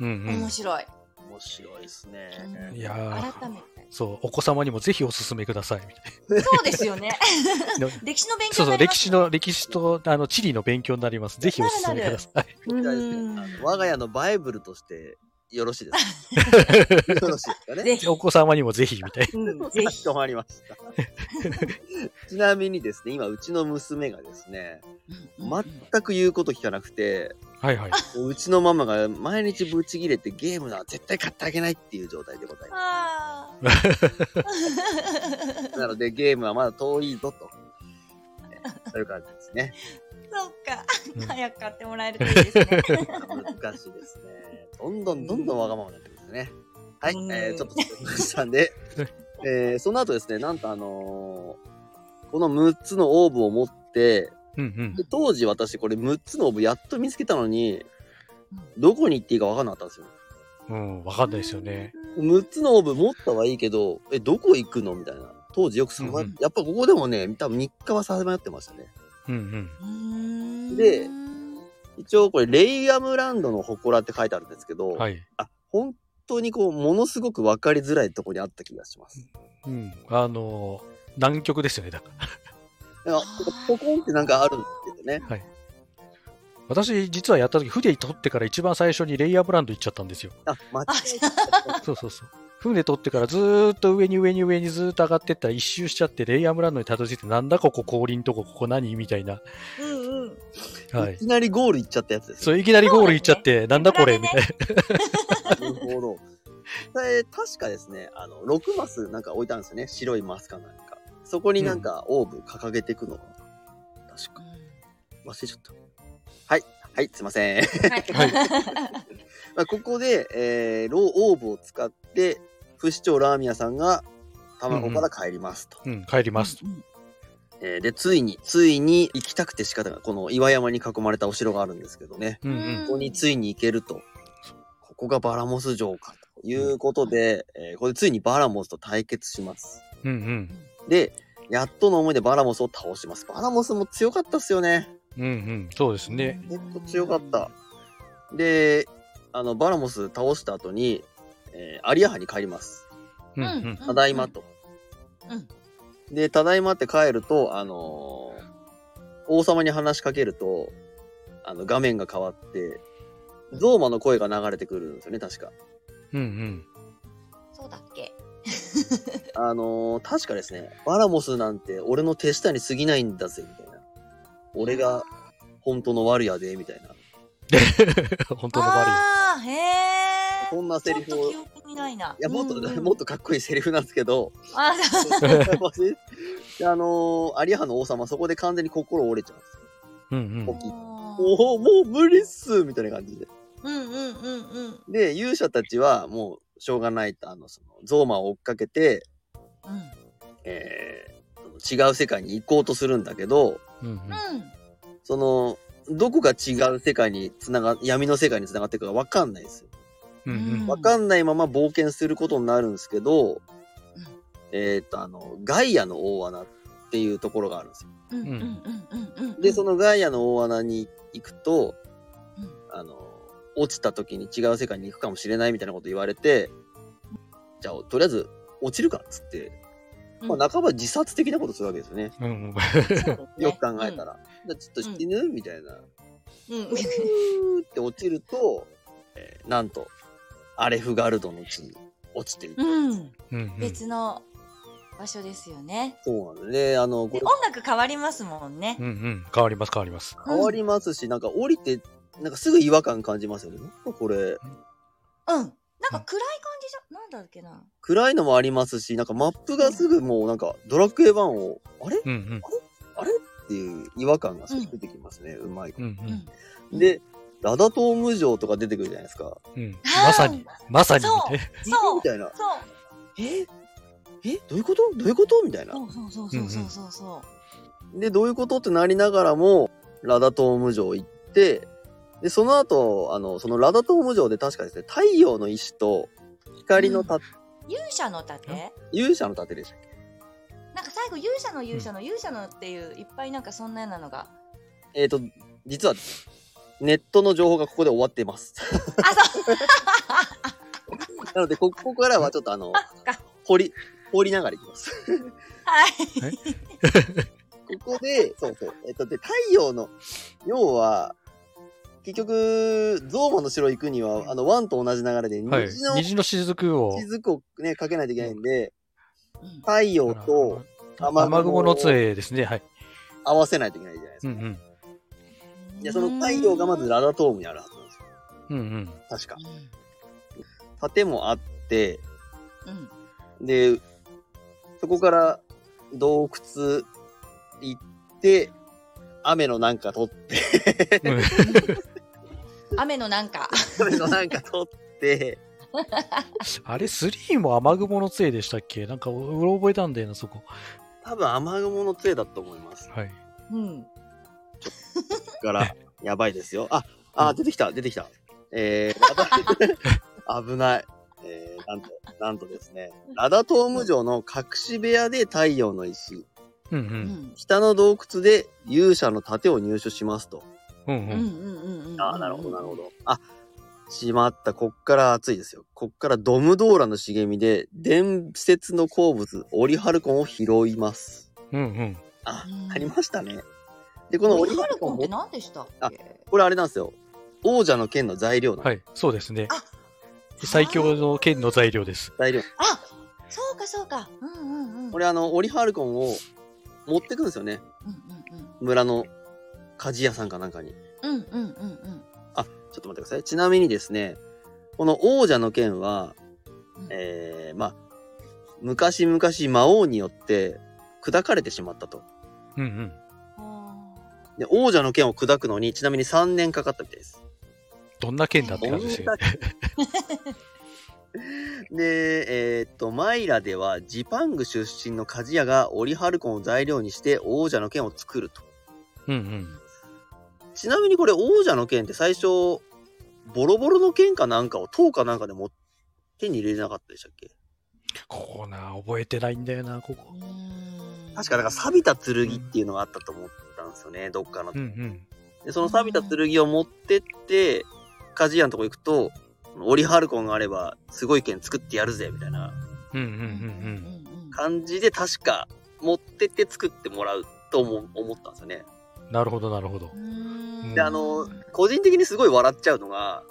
S2: うんう
S3: 面
S2: ん。
S3: 白い。
S1: 面白いですね。
S3: うん
S2: いやー
S3: 改めて。
S2: そう。お子様にもぜひお勧めください。みたい
S3: そうですよね。
S2: な。
S3: 歴史の勉強
S2: そうそ
S3: に
S2: う、
S3: なりま
S2: 歴
S3: す
S2: 史の、歴史と、あの、地理の勉強になります。ぜひお勧めください。
S1: みたいですね
S3: うん
S1: あの我が家のバイブルとしてよろしいですか。よろしいですかね。
S3: ぜひ。
S2: お子様にもぜひ、みたい
S3: うんぜ
S1: か
S3: ひ
S1: し。こまりました。ちなみにですね、今うちの娘がですね、全く言うこと聞かなくて、
S2: な。はいはい。
S1: うちのママが毎日ブチ切れてゲームは絶対買ってあげないっていう状態でございま
S3: あ
S1: す。
S3: ー
S1: なのでゲームはまだ遠いぞと。ねそういう感じですね。
S3: そうか
S2: うん。
S3: 早く買ってもらえるといいですね。
S1: 難しいですね。どんどんどんどんわがままになってますね。はい、
S3: うん
S1: えー、ちょっと続きましたんで、えー、その後ですね、なんとあのーこの6つのオーブを持って、
S2: うん
S1: で当時私これ6つのオーブやっと見つけたのに
S3: うん、
S1: どこに行っていいかわかんなかったんですよ。
S2: うん。うん、わかんないですよね。
S1: 6つのオーブ持ったはいいけど、え、どこ行くのみたいな。当時よくさま、
S2: うんうん
S1: やっぱここでもね、多分3日はさまよってましたね。
S2: うんうん。
S3: うーん
S1: で一応これ、レイアムランドの祠って書いてあるんですけど、
S2: はい。
S1: あ、本当にこう、ものすごく分かりづらいとこにあった気がします。
S2: うん。あの、南極ですよね、だから。
S1: なんかポコンってなんかあるんですけどね。
S2: はい。私、実はやった時、船取ってから一番最初にレイヤーブランド行っちゃったんですよ。
S1: あ、間違
S2: そうそうそう。船取ってからずーっと上に上に上にずーっと上がってったら一周しちゃって、レイヤーブランドにたどり着いて、なんだここ氷んとこ、ここ何みたいな。
S3: うんうん。
S1: え
S2: は
S1: た。い
S2: い。
S1: きなりゴール行っちゃったやつです
S2: そ
S1: ね。
S2: う、いきなりゴール行っちゃって、なんだこれみたいな。
S1: なるほど。えー確かですね、あの、6マスなんか置いたんですよね。白いマスかなんか。そこになんかオーブ掲げていくのかな。確か。忘れちゃった。はい。はい、すいません。 [LAUGHS]
S3: は
S1: まあここで、えーローオーブを使って、不死鳥ラーミヤさんが卵から帰りますと。
S2: うん、帰り
S3: い
S2: ます。。
S1: えーで、ついに、ついに行きたくて仕方が、この岩山に囲まれたお城があるんですけどね。
S2: うんうん。
S1: ここについに行けると。ここがバラモス城か。ということで、えーこれついにバラモスと対決します。
S2: うんうん。
S1: で、やっとの思いでバラモスを倒します。バラモスも強かったっすよね。
S2: うんうん。そうですね。
S1: 結構強かった。で、あの、バラモス倒した後に、えーアリアハに帰ります。
S2: うんうん。
S1: ただいまと。
S3: うん
S1: で、ただいまって帰ると、あのー王様に話しかけると、あの、画面が変わって、ゾーマの声が流れてくるんですよね、確か。
S2: うんうん。
S3: そうだっけ
S1: あのー確かですね、バラモスなんて俺の手下に過ぎないんだぜ、みたいな。俺が本当の悪やで、みたいな。
S2: [LAUGHS] 本当の悪い。
S3: ああーへえ
S1: こんなセリフ
S3: ち
S1: を。
S3: ょっと記憶にないない
S1: や、もっと、
S3: うんうん
S1: もっとかっこいいセリフなんですけ
S3: [LAUGHS]
S1: ど、
S3: あそう
S1: であのーアリアハの王様、そこで完全に心折れちゃうんですよ。
S2: うんうん。
S1: おお、もう無理っすみたいな感じで。
S3: うんうんうんうん
S1: で、勇者たちはもうしょうがないと、あの、その、ゾーマを追っかけて、
S3: うん
S1: えー違う世界に行こうとするんだけど、
S2: うんうん。
S3: うん
S1: その、どこが違う世界につなが、闇の世界につながっていくかわかんないですよ。
S2: うんうん。
S1: わかんないまま冒険することになるんですけど、えーっと、あの、ガイアの大穴っていうところがあるんですよ。
S3: うんうんうんうんうん
S1: で、そのガイアの大穴に行くと
S3: うん、
S1: あの、落ちた時に違う世界に行くかもしれないみたいなこと言われて、じゃあ、とりあえず落ちるかっつって、
S3: うん
S1: まあ、半ば自殺的なことするわけですよね。
S2: うんうん。
S3: そうだね
S1: よく考えたら。じゃあちょっと死ぬ、みたいな。
S3: うんうん
S1: ふーって落ちると、えーなんと、アレフガルドの地に落ちていく。
S3: うん
S2: うんうん。
S3: 別の場所ですよね
S1: そうなんでね。あの、こ
S3: で
S1: れ
S3: 音楽変わりますもんね
S2: うんうん。変わります変わります。
S1: 変わりますし、なんか降りて、なんかすぐ違和感感じますよね。なんかこれ、
S3: うんなんか暗い感じじゃなんだっけな
S1: 暗いのもありますし、なんかマップがすぐもうなんかドラクエ1を、あれっ
S2: うんうん。
S1: ていう違和感がすぐ出てきますね。うまいこ
S2: うんうん。
S1: と。で、ラダトーム城とか出てくるじゃないですか。
S2: うん。まさに、まさに
S3: そう
S2: ね。
S3: そう
S1: みたいな。
S3: [LAUGHS] そう
S1: ええどういうことどういうことみたいな。
S3: そうそうそうそうそうそ
S1: で、どういうことってなりながらも、ラダトーム城行って、で、その後、あの、そのラダトーム城で確かですね、太陽の石と光の盾、
S3: う勇者の盾
S1: 勇者の盾でしたっ
S3: なんか最後勇者の勇者の勇者のっていういっぱいなんかそんなようなのが
S1: けえっ、と、実は、ネットの情報がここで終わっています。 [LAUGHS]
S3: あそう [LAUGHS]
S1: なので、ここからはちょっとあの、
S3: か
S1: 掘り、掘りながらいきます。
S3: はい
S1: ここで、そうそう。えっ、と、で、太陽の、要は、結局、ゾーマの城行くには、あの、ワンと同じ流れで、
S2: はい
S1: 虹の。
S2: 虹の雫を。
S1: 雫をね、かけないといけないんで、
S3: うん
S1: 太陽と
S2: 雨
S1: 雨雲
S2: 雲の杖ですね。はい。
S1: 合わせないといけないじゃないです
S2: う
S1: か。
S2: んうん。
S1: いや、その太陽がまずラダトームにあるはずなんですよ。
S2: うん
S1: 確か
S3: う。ん
S1: 盾もあって、
S3: うん
S1: で、そこから洞窟行って、雨のなんか取って、
S2: うん。うん
S3: 雨のなんか
S1: 雨のなんか取って、
S2: あれ、3も雨雲の杖でしたっけなんか、うろ覚えたんだよな、そこ。
S1: 多分雨雲の杖だと思います。
S2: はい。
S3: うん
S1: から、やばいですよ。あ、あ、
S2: うん
S1: 出てきた、出てきた。えー、 [LAUGHS] ラダ危ない。えー、なんと、なんとですね、ラダトーム城の隠し部屋で太陽の石、
S2: う
S3: うんん
S1: 北の洞窟で勇者の盾を入手しますと。
S2: うん。うん
S3: う
S2: うん
S3: うん
S2: ん。
S3: うんうん
S1: ああ、なるほど、なるほど。あ、しまった。こっから暑いですよ。こっからドムドーラの茂みで、伝説の鉱物、オリハルコンを拾います。
S2: うんうん。
S1: あ
S3: う、ん
S1: ありましたね。で、この
S3: この
S1: オ
S3: オ
S1: リ
S3: リ
S1: ハ
S3: ハ
S1: ル
S3: ル
S1: コン
S3: コン
S1: も
S3: って何でしたっけ
S1: これあれなんですよ。王者の剣の材料なんです
S2: はい、そうですね
S3: あ。
S2: 最強の剣の材料です。
S1: 材料。
S3: あそうかそうかうんうんうん
S1: これあの、オリハルコンを持ってくんですよね。
S3: うんうん
S1: 村の鍛冶屋さんかなんかに。
S3: うんうんうんうんうん
S1: ちょっと待ってください。ちなみにですね、この王者の剣は、
S3: うん
S1: えー、まあ、昔々魔王によって砕かれてしまったと。
S2: うんうん。
S3: あ
S1: で、王者の剣を砕くのに、ちなみに3年かかったみたいです。
S2: どんな剣だって感じですよね。
S1: [LAUGHS] で、えーっと、マイラではジパング出身の鍛冶屋がオリハルコンを材料にして王者の剣を作ると。
S2: うんうん。
S1: ちなみにこれ王者の剣って最初、ボロボロの剣かなんかを塔かなんかでも手に入れれなかったでしたっけ
S2: ここな、覚えてないんだよな、ここ。
S1: 確かなんか錆びた剣っていうのがあったと思ったんですよね、どっかの。
S2: うんうん。
S1: で、その錆びた剣を持ってって、鍛冶屋のとこ行くと、オリハルコンがあればすごい剣作ってやるぜ、みたいな
S2: うんうん
S3: うん
S2: うん
S3: うん
S1: 感じで確か持ってって作ってもらうと思う思ったんですよね。
S2: うん。なるほど、なるほど。
S3: うん
S1: であの個人的にすごい笑っちゃうのが、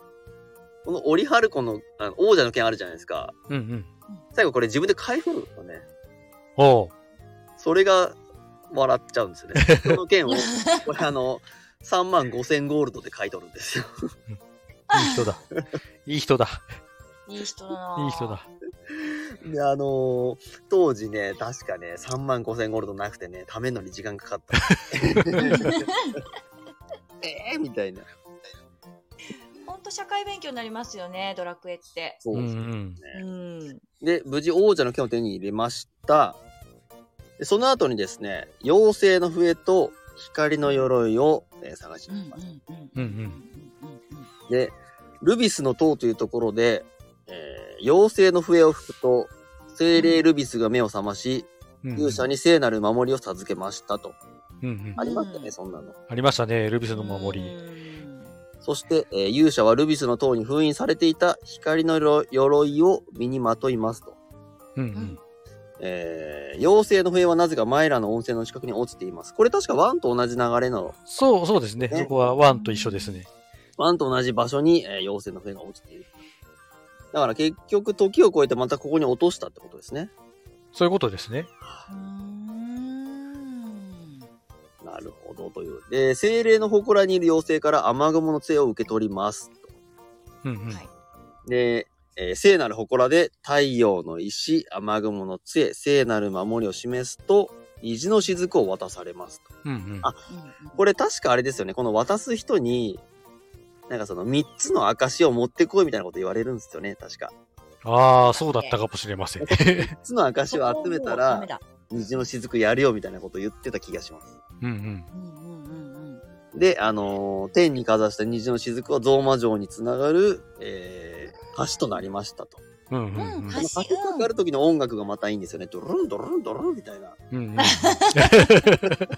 S1: このオリハルコンのあの王者の剣あるじゃないですか。
S2: うんうん。
S1: 最後これ自分で買い取るんですよね。
S2: おう。
S1: それが笑っちゃうんです [LAUGHS] よね。その剣を、これあの、3万5千ゴールドで買い取るんですよ。
S2: いい人だ。いい人だ。
S3: いい人だな。
S2: いい人。だ。
S1: [LAUGHS] で、あのー当時ね、確かね、3万5千ゴールドなくてね、ためるのに時間かかった。 [LAUGHS] えーみたいな。
S3: 本当社会勉強になりますよね、ドラクエって。
S1: そううんで
S2: う
S1: すね。
S2: ん。
S3: うん。
S1: で、無事王者の剣を手に入れました。でその後にですね、妖精の笛と光の鎧を、えー探し
S3: うんう
S1: に行きます。
S3: んう
S2: うんうん。
S3: んうんうん
S1: で、ルビスの塔というところで、えー妖精の笛を吹くと、精霊ルビスが目を覚まし、
S2: うん
S1: 勇者に聖なる守りを授けましたと。
S2: うんうん
S1: ありましたね、
S3: うん
S1: そんなの。
S2: ありましたね、ルビス
S3: う
S2: の
S3: ん。
S2: 守り。
S3: り。
S1: そして、えー勇者はルビスの塔に封印されていた光の鎧を身にまといますと。
S2: うんうん。
S1: えー妖精の笛はなぜかマイラの温泉の近くに落ちています。これ確かワンと同じ流れの、
S2: そう、そうですね。
S1: ね
S2: そこはワンと一緒ですね。
S1: ワンと同じ場所に、えー妖精の笛が落ちている。だから結局時を超えてまたここに落としたってことですね。
S2: そういうことですね。
S3: うーん。
S1: なるほどという。で、精霊の祠にいる妖精から雨雲の杖を受け取ります。
S2: うんうん。
S3: はい。
S1: で、えー聖なる祠で太陽の石、雨雲の杖、聖なる守りを示すと、虹の雫を渡されますと。
S2: うんうん。
S1: あこれ確かあれですよね。この渡す人に、なんかその3つの証を持ってこいみたいなこと言われるんですよね。確か。
S2: ああ、そうだったかもしれません。
S1: 3つの証を集めた
S3: そこはも
S1: ら、
S3: うダメだ
S1: 虹の雫やるよみたいなこと言ってた気がします。
S2: [LAUGHS] うんうん。
S3: うんうんうんうん。
S1: で、あのー天にかざした虹の雫はゾーマ城につながる、えー橋となりましたと。
S2: うんうんう
S3: うん
S2: ん
S1: この橋がかかる時の音楽がまたいいんですよね。ドルンドルンドルンみたいな。
S2: うんうん。
S3: ド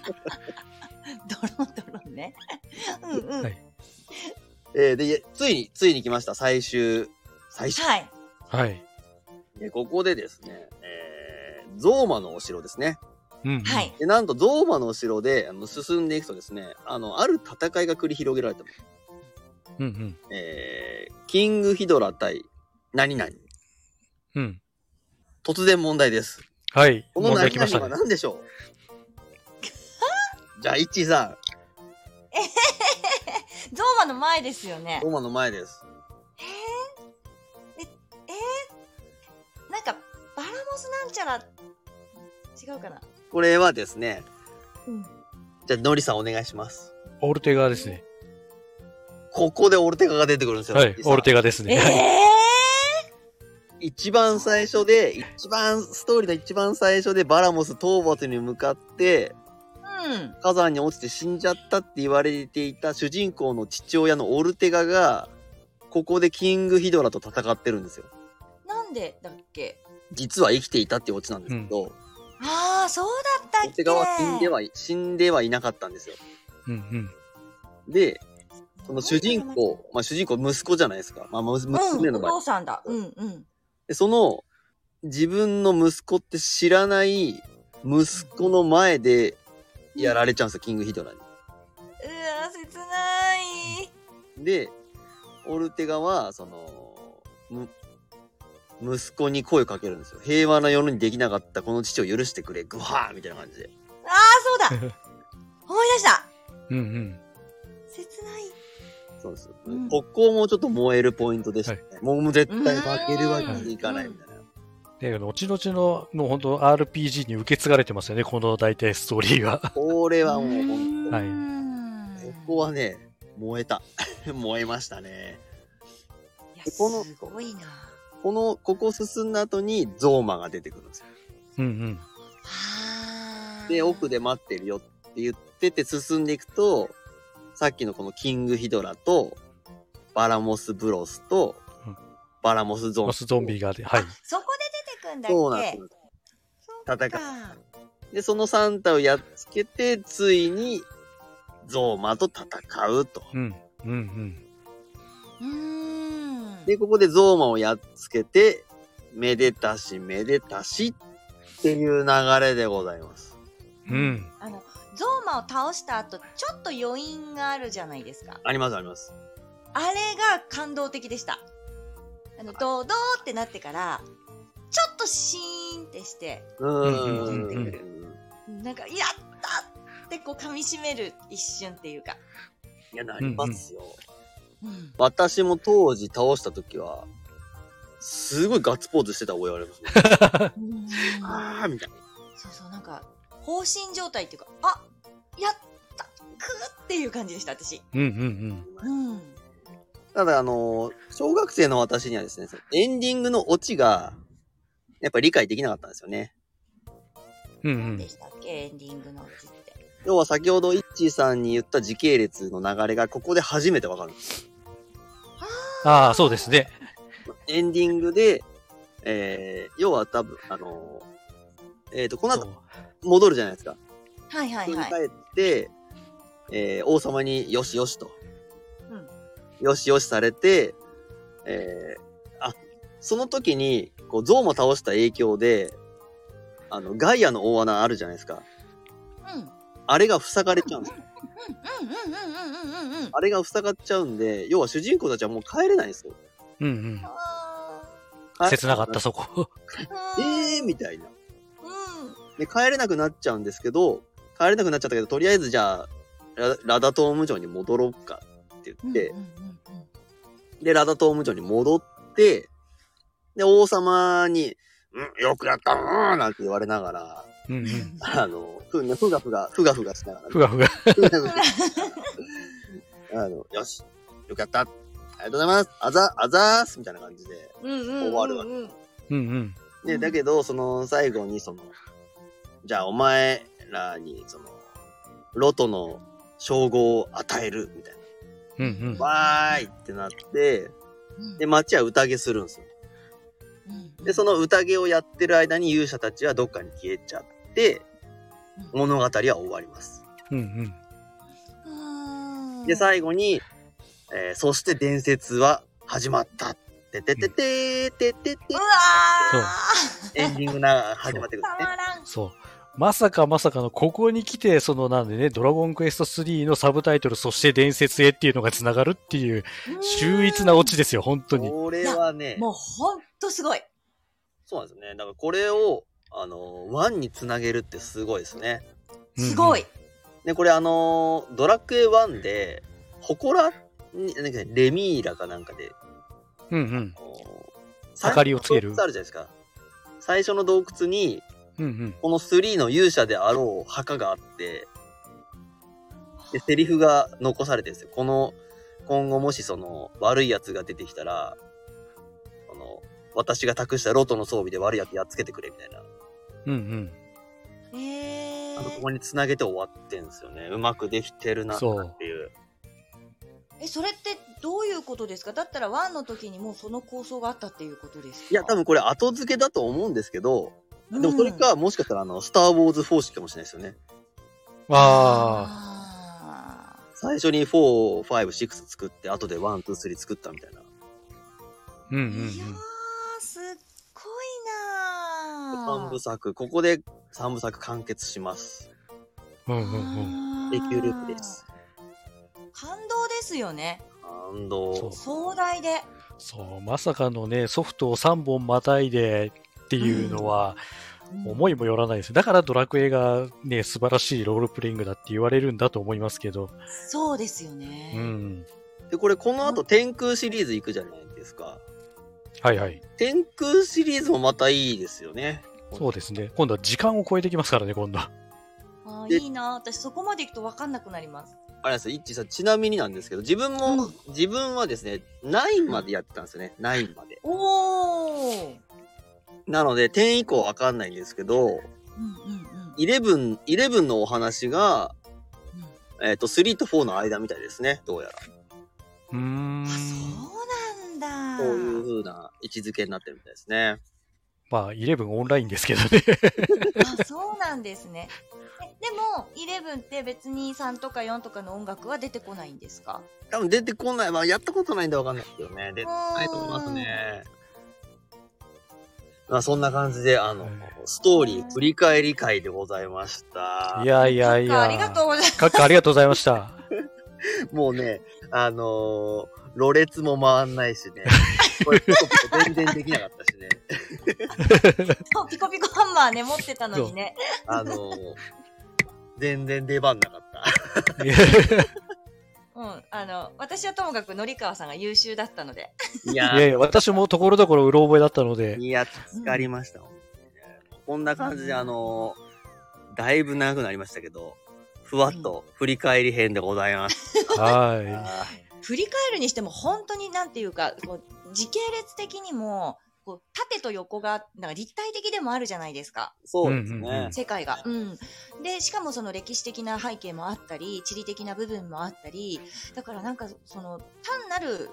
S3: ロンドロンね。うんうん。
S2: は
S3: はいい。
S1: えーで、ついに、ついに来ました。最終、最終。
S2: はい。
S1: でここでですね、えー、ゾーマのお城ですね。
S2: うんうん。
S3: はい。
S1: で、なんとゾーマのお城であの進んでいくとですね、あの、ある戦いが繰り広げられてます。
S2: うんうん。
S1: えー、キングヒドラ対何々。
S2: うん。
S1: 突然問題です。
S2: はい。
S1: この
S2: 問題
S1: 何
S2: 来まし
S1: 々
S2: た
S1: は
S2: ね。
S1: 何でしょう [LAUGHS] じゃあ、イッチーさ
S3: ゾーマの前ですよ
S1: ん、
S3: ね
S1: ゾ。ーマの前です。
S3: なんか、バラモスなんちゃら、違うかな。
S1: これはですね、
S3: うん
S1: じゃあ、ノリさんお願いします。
S2: オルテガですね。
S1: ここでオルテガが出てくるんですよ。
S2: はい。オルテ
S1: ガ。
S2: ガです
S3: え
S2: ね。はい
S3: え
S1: 一番最初で、一番、ストーリーの一番最初でバラモス討伐に向かって、
S3: うん。
S1: 火山に落ちて死んじゃったって言われていた主人公の父親のオルテガが、ここでキングヒドラと戦ってるんですよ。
S3: なんでだっけ
S1: 実は生きていたってオチなんですけど、
S3: ああ、そうだった
S1: オ
S3: っ
S1: ル
S3: け
S1: テガは死んではい、死んではいなかったんですよ。
S2: うんうん。
S1: で、その主人公、まあ主人公息子じゃないですか。まあむ娘の場
S3: うん、
S1: 合
S3: お。父さんだ。うんうん。
S1: でその自分の息子って知らない息子の前でやられちゃうんですよ、キングヒドラに。
S3: うわ、切ない。
S1: で、オルテガは、その、む息子に声をかけるんですよ。平和な世にできなかったこの父を許してくれ、グハーみたいな感じで。
S3: ああ、そうだ。思い出した。
S2: [LAUGHS] うんうん。
S3: 切ない。
S1: そうです。
S3: うん
S1: ここもちょっと燃えるポイントでしたね。もう絶対負けるわけ
S3: うん
S1: にいかないみたいな。
S2: で、後々の、もう本当 RPG に受け継がれてますよね、この大体ストーリーが。
S1: これはもう本
S2: はい
S1: 当、
S3: い
S1: ここはね、 [LAUGHS] 燃えた。燃えましたね。
S3: いや、
S1: ここの
S3: すごいな。
S1: この、ここ進んだ後にゾーマが出てくるんですよ。
S2: うんうん。
S3: あー
S1: で、奥で待ってるよって言ってて進んでいくと、さっきのこのキングヒドラと、バラモスブロスと
S2: うん、
S1: バラモスゾンビ。
S2: マスゾンビがで、はい。
S3: そこで出てくんだっけ
S1: そうなんです。
S3: そっか
S1: 戦う。で、そのサンタをやっつけて、ついに、ゾーマと戦うと。
S2: うん。うんうん。
S3: うーん
S1: で、ここでゾーマをやっつけて、めでたし、めでたしっていう流れでございます。
S2: うん。
S3: あのゾーマを倒した後ちょっと余韻があるじゃないですか
S1: あります、あります。
S3: あれが感動的でしたあのドードーってなってからちょっとシーンってして
S1: うー
S2: うん
S1: ん。
S2: うんうん
S3: なんか「やった!」ってこう噛みしめる一瞬っていうか、
S1: いや、なりますよ。
S3: うん、
S1: 私も当時倒した時は、すごいガッツポーズしてた覚えがあります、ね。あーみたいな。
S3: そうそうなんか放心状態っていうか「あやったくー!」っていう感じでした私
S2: うんうん
S3: うん
S1: ただ、あのー小学生の私にはですね、そのエンディングのオチが、やっぱり理解できなかったんですよね。
S2: うん。うん
S3: 何
S2: うん
S3: で。したっけエンディングのうちって
S1: 要は先ほどイッチーさんに言った時系列の流れがここで初めてわかるんです。
S2: ああ、そうですね。
S1: エンディングで、えー、要は多分、あのーえっ、と、この後戻るじゃないですか。
S3: はいはい
S1: 振り
S3: はい
S1: 返って、えー王様によしよしと、
S3: うん
S1: よしよしされて、えーあその時にこう象も倒した影響であのガイアの大穴あるじゃないですか
S3: うん
S1: あれが塞がれちゃうんですよ
S3: うんうんうんうんうんうんうん
S1: あれが塞がっちゃうんで要は主人公たちはもう帰れないんですよ
S2: うんうん。
S3: あ
S1: 帰
S2: 切なかった、そこ。
S3: ー
S1: えーみたいな
S3: うん
S1: で帰れなくなっちゃうんですけど帰れなくなっちゃったけどとりあえずじゃあララダトーム城に戻ろうかって言って、
S3: うんうんうんうん
S1: で、ラダトーム城に戻って、で、王様に、んよくやったなーなんて言われながら、
S2: [LAUGHS] うんうん。
S1: あの、ふふがふが、ふがふがしながら、
S2: ふがふが。
S1: ふがふがしながらあの、よし、よくやった、ありがとうございます、あざ、あざーす、みたいな感じで。終わるわ
S2: うんうん。
S1: で、だけど、その、最後に、その、じゃあ、お前らに、その、ロトの称号を与える、みたい
S2: うんうん
S1: な。。わーいってなって、
S3: うん
S1: で、街は宴するんですよ。で、その宴をやってる間に勇者たちはどっかに消えちゃって、物語は終わります。
S2: うんうん。
S3: の
S1: で、最後に、えーそして伝説は始まった。ててててーててて
S3: うわ
S1: ーエンディングが始まってくるんです
S3: ーた
S1: ね。
S3: まらん
S2: そう。まさかまさかの、ここに来て、そのなんでね、ドラゴンクエスト3のサブタイトル、そして伝説へっていうのが繋がるっていう、秀逸なオチですよ、本当に。
S1: これはね、
S3: もうほんとすごい
S1: そうなんですね。だからこれを、あの、ワンにつなげるってすごいですね。
S3: すごい
S1: で、これあの、ドラクエ1で、ホコラに、なんかレミイラかなんかで
S2: うんうん。
S1: 明
S2: 明かりをつけ
S1: あ
S2: る
S1: るじゃないですか。最初の洞窟に、
S2: うんうん。
S1: この3の勇者であろう墓があって、で、セリフが残されてるんですよ。この、今後もしその、悪い奴が出てきたら、この、私が託したロトの装備で悪い奴やっつけてくれみたいな、
S2: うんうん。
S3: へえ
S1: あのここに繋げて終わってんですよね。うまくできてるなって
S2: そう
S1: いう。
S3: えそれってどういうことですかだったらワンの時にもうその構想があったっていうことですか
S1: いや、多分これ後付けだと思うんですけど、でもそれ
S3: うん
S1: か、もしかしたらあの、スター・ウォーズ4式かもしれないですよね。
S2: ああ。
S3: あ
S1: 最初に4、5、6作って、後で1、2、3作ったみたいな。
S2: うんうんう
S3: ーいや
S2: ん。
S3: ーすっごいな
S1: 三
S3: ー
S1: 部作、ここで三部作完結します。
S2: うんうんうん。
S1: 永久ループです。
S3: 感動ですよね
S1: 感動。
S2: そう
S3: 壮大で
S2: そう、まさかのね、ソフトを3本またいでっていうのは、思いもよらないです。だからドラクエがね、素晴らしいロールプレイングだって言われるんだと思いますけど。
S3: そうですよ
S2: う
S3: ね、
S2: ん。
S1: で、これこの後天空シリーズ行くじゃないですか。
S2: はいはい。
S1: 天空シリーズもまたいいですよね。
S2: そうですね。今度は時間を超えてきますからね、今度は。
S3: あー
S1: で
S3: いいなー私そこまで行くと分かんなくなります
S1: あれなんですよ、イッチーさん、ちなみになんですけど、自分も、
S3: うん
S1: 自分はですね、9までやってたんですよね、9まで。
S3: おー。
S1: なので、10以降わかんないんですけど、
S3: うんうんうん。
S1: 11、11のお話が、えっ、と、3と4の間みたいですね、どうやら。
S2: うーん
S3: あ、。そうなんだ。
S1: そういう風な位置づけになってるみたいですね。
S2: まあ、11オンラインですけどね。
S3: あ、そうなんですね。えでも、11って別に3とか4とかの音楽は出てこないんですか
S1: 多分出てこない。まあ、やったことないんでわかんないですけどね。出てこないと思いますね。まあ、そんな感じで、あの、
S2: はい
S1: ストーリー振り返り会でございました
S2: い。やいやい
S3: そっ
S2: や。
S3: かありがとうございます。 [LAUGHS]
S2: カッカありがとうございました。
S1: もうね、あのー、ろれつも回んないしね。 [LAUGHS] これ、ちょっと全然できなかったしね。
S3: そうピコピコハンマーね、持ってたのにね。
S1: あのー、全然出番なかった。
S3: うん。あの、私はともかく、のりかわさんが優秀だったので。
S1: い [LAUGHS]
S2: いやいや、私もところどころうろ覚えだったので、
S1: いや、助かりました、本当にねこんな感じで、あのーだいぶ長くなりましたけど、ふわっと振り返り編でございます。
S2: は
S3: 振り返るにしても、本当になんていうか、こう時系列的にも、こう縦と横が、なんか立体的でもあるじゃないですか。
S1: そうですね。
S2: うんうんうん
S3: 世界が。うん。で、しかもその歴史的な背景もあったり、地理的な部分もあったり、だからなんかその単なる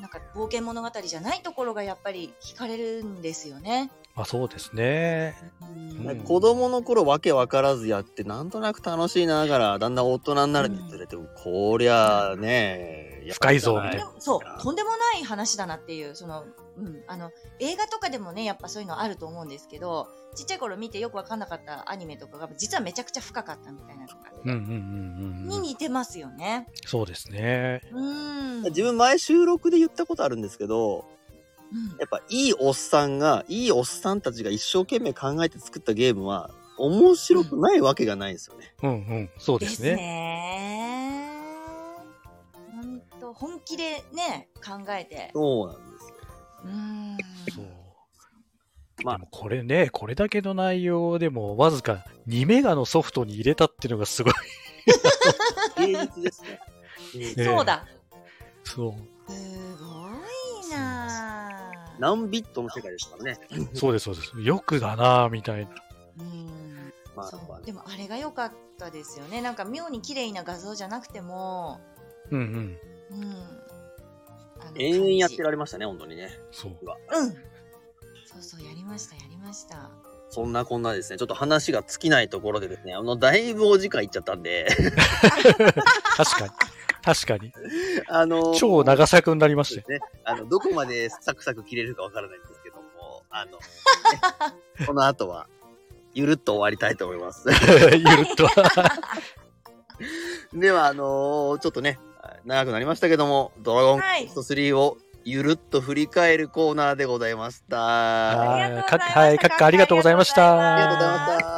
S3: なんか冒険物語じゃないところがやっぱり惹かれるんですよね。
S2: い。まあそうですね。
S3: うん
S1: なんか子供の頃わけわからずやってなんとなく楽しいながらだんだん大人になるにつれて、こりゃあね
S2: 深いぞみた
S3: で
S2: いな
S3: もそう、とんでもない話だなっていう、その、うん、あの、映画とかでもね、やっぱそういうのあると思うんですけど、ちっちゃい頃見てよくわかんなかったアニメとかが、実はめちゃくちゃ深かったみたいなとか、
S2: うんうんうんう
S3: に
S2: んうん。
S3: 似てますよね。
S2: そうですね。
S3: うん。
S1: 自分前収録で言ったことあるんですけど
S3: うん
S1: やっぱいいおっさんがいいおっさんたちが一生懸命考えて作ったゲームは面白くないわけがないんですよね、
S2: うんうん。そうで
S3: ですす
S2: ね。
S3: ね。本当本気でね考えて。
S1: そうなんですよ
S3: うーん。
S2: そう。
S1: ま
S2: ま
S1: あ
S2: あ、でもこれね、これだけの内容でもわずか2メガのソフトに入れたっていうのがすごい。
S1: 芸術です
S2: [LAUGHS]
S1: ねうん
S2: ね
S3: そうだ。
S2: [LAUGHS] そ
S3: すごいなあ。
S1: 何ビットの世界ですからね。
S2: う。そうです、そうです。よくだなぁ、みたいな。
S3: うん。
S1: まあ、
S3: そ
S1: まあ
S3: う。でもあれが良かったですよね。なんか妙に綺麗な画像じゃなくても、
S2: うんうん。
S3: うん。あの
S1: 延々やって
S3: 感
S1: られましたね、本当にね。
S2: そう。
S3: じうん。そうそうやりましたやりました。
S1: そんなこんなですね、ちょっと話が尽きないところでですね、あの、だいぶお時間いっちゃったんで、 [LAUGHS]
S2: 確かに。確かに。
S1: あのー
S2: 超長作になりま
S1: そう
S2: し
S1: で
S2: て。
S1: すね。あの、どこまでサクサク切れるかわからないんですけども、あの、
S3: [LAUGHS]
S1: ねこの後は、ゆるっと終わりたいと思います。[LAUGHS]
S2: [LAUGHS] ゆるっと。
S1: では、あのーちょっとね、長くなりましたけども、ドラゴンク
S3: はい
S1: エスト3をゆるっと振り返るコーナーでございました。
S2: はい
S3: ありがとうございました
S2: かはい、かっかありがとうございました。
S1: あ
S3: あ
S1: りがとうございました。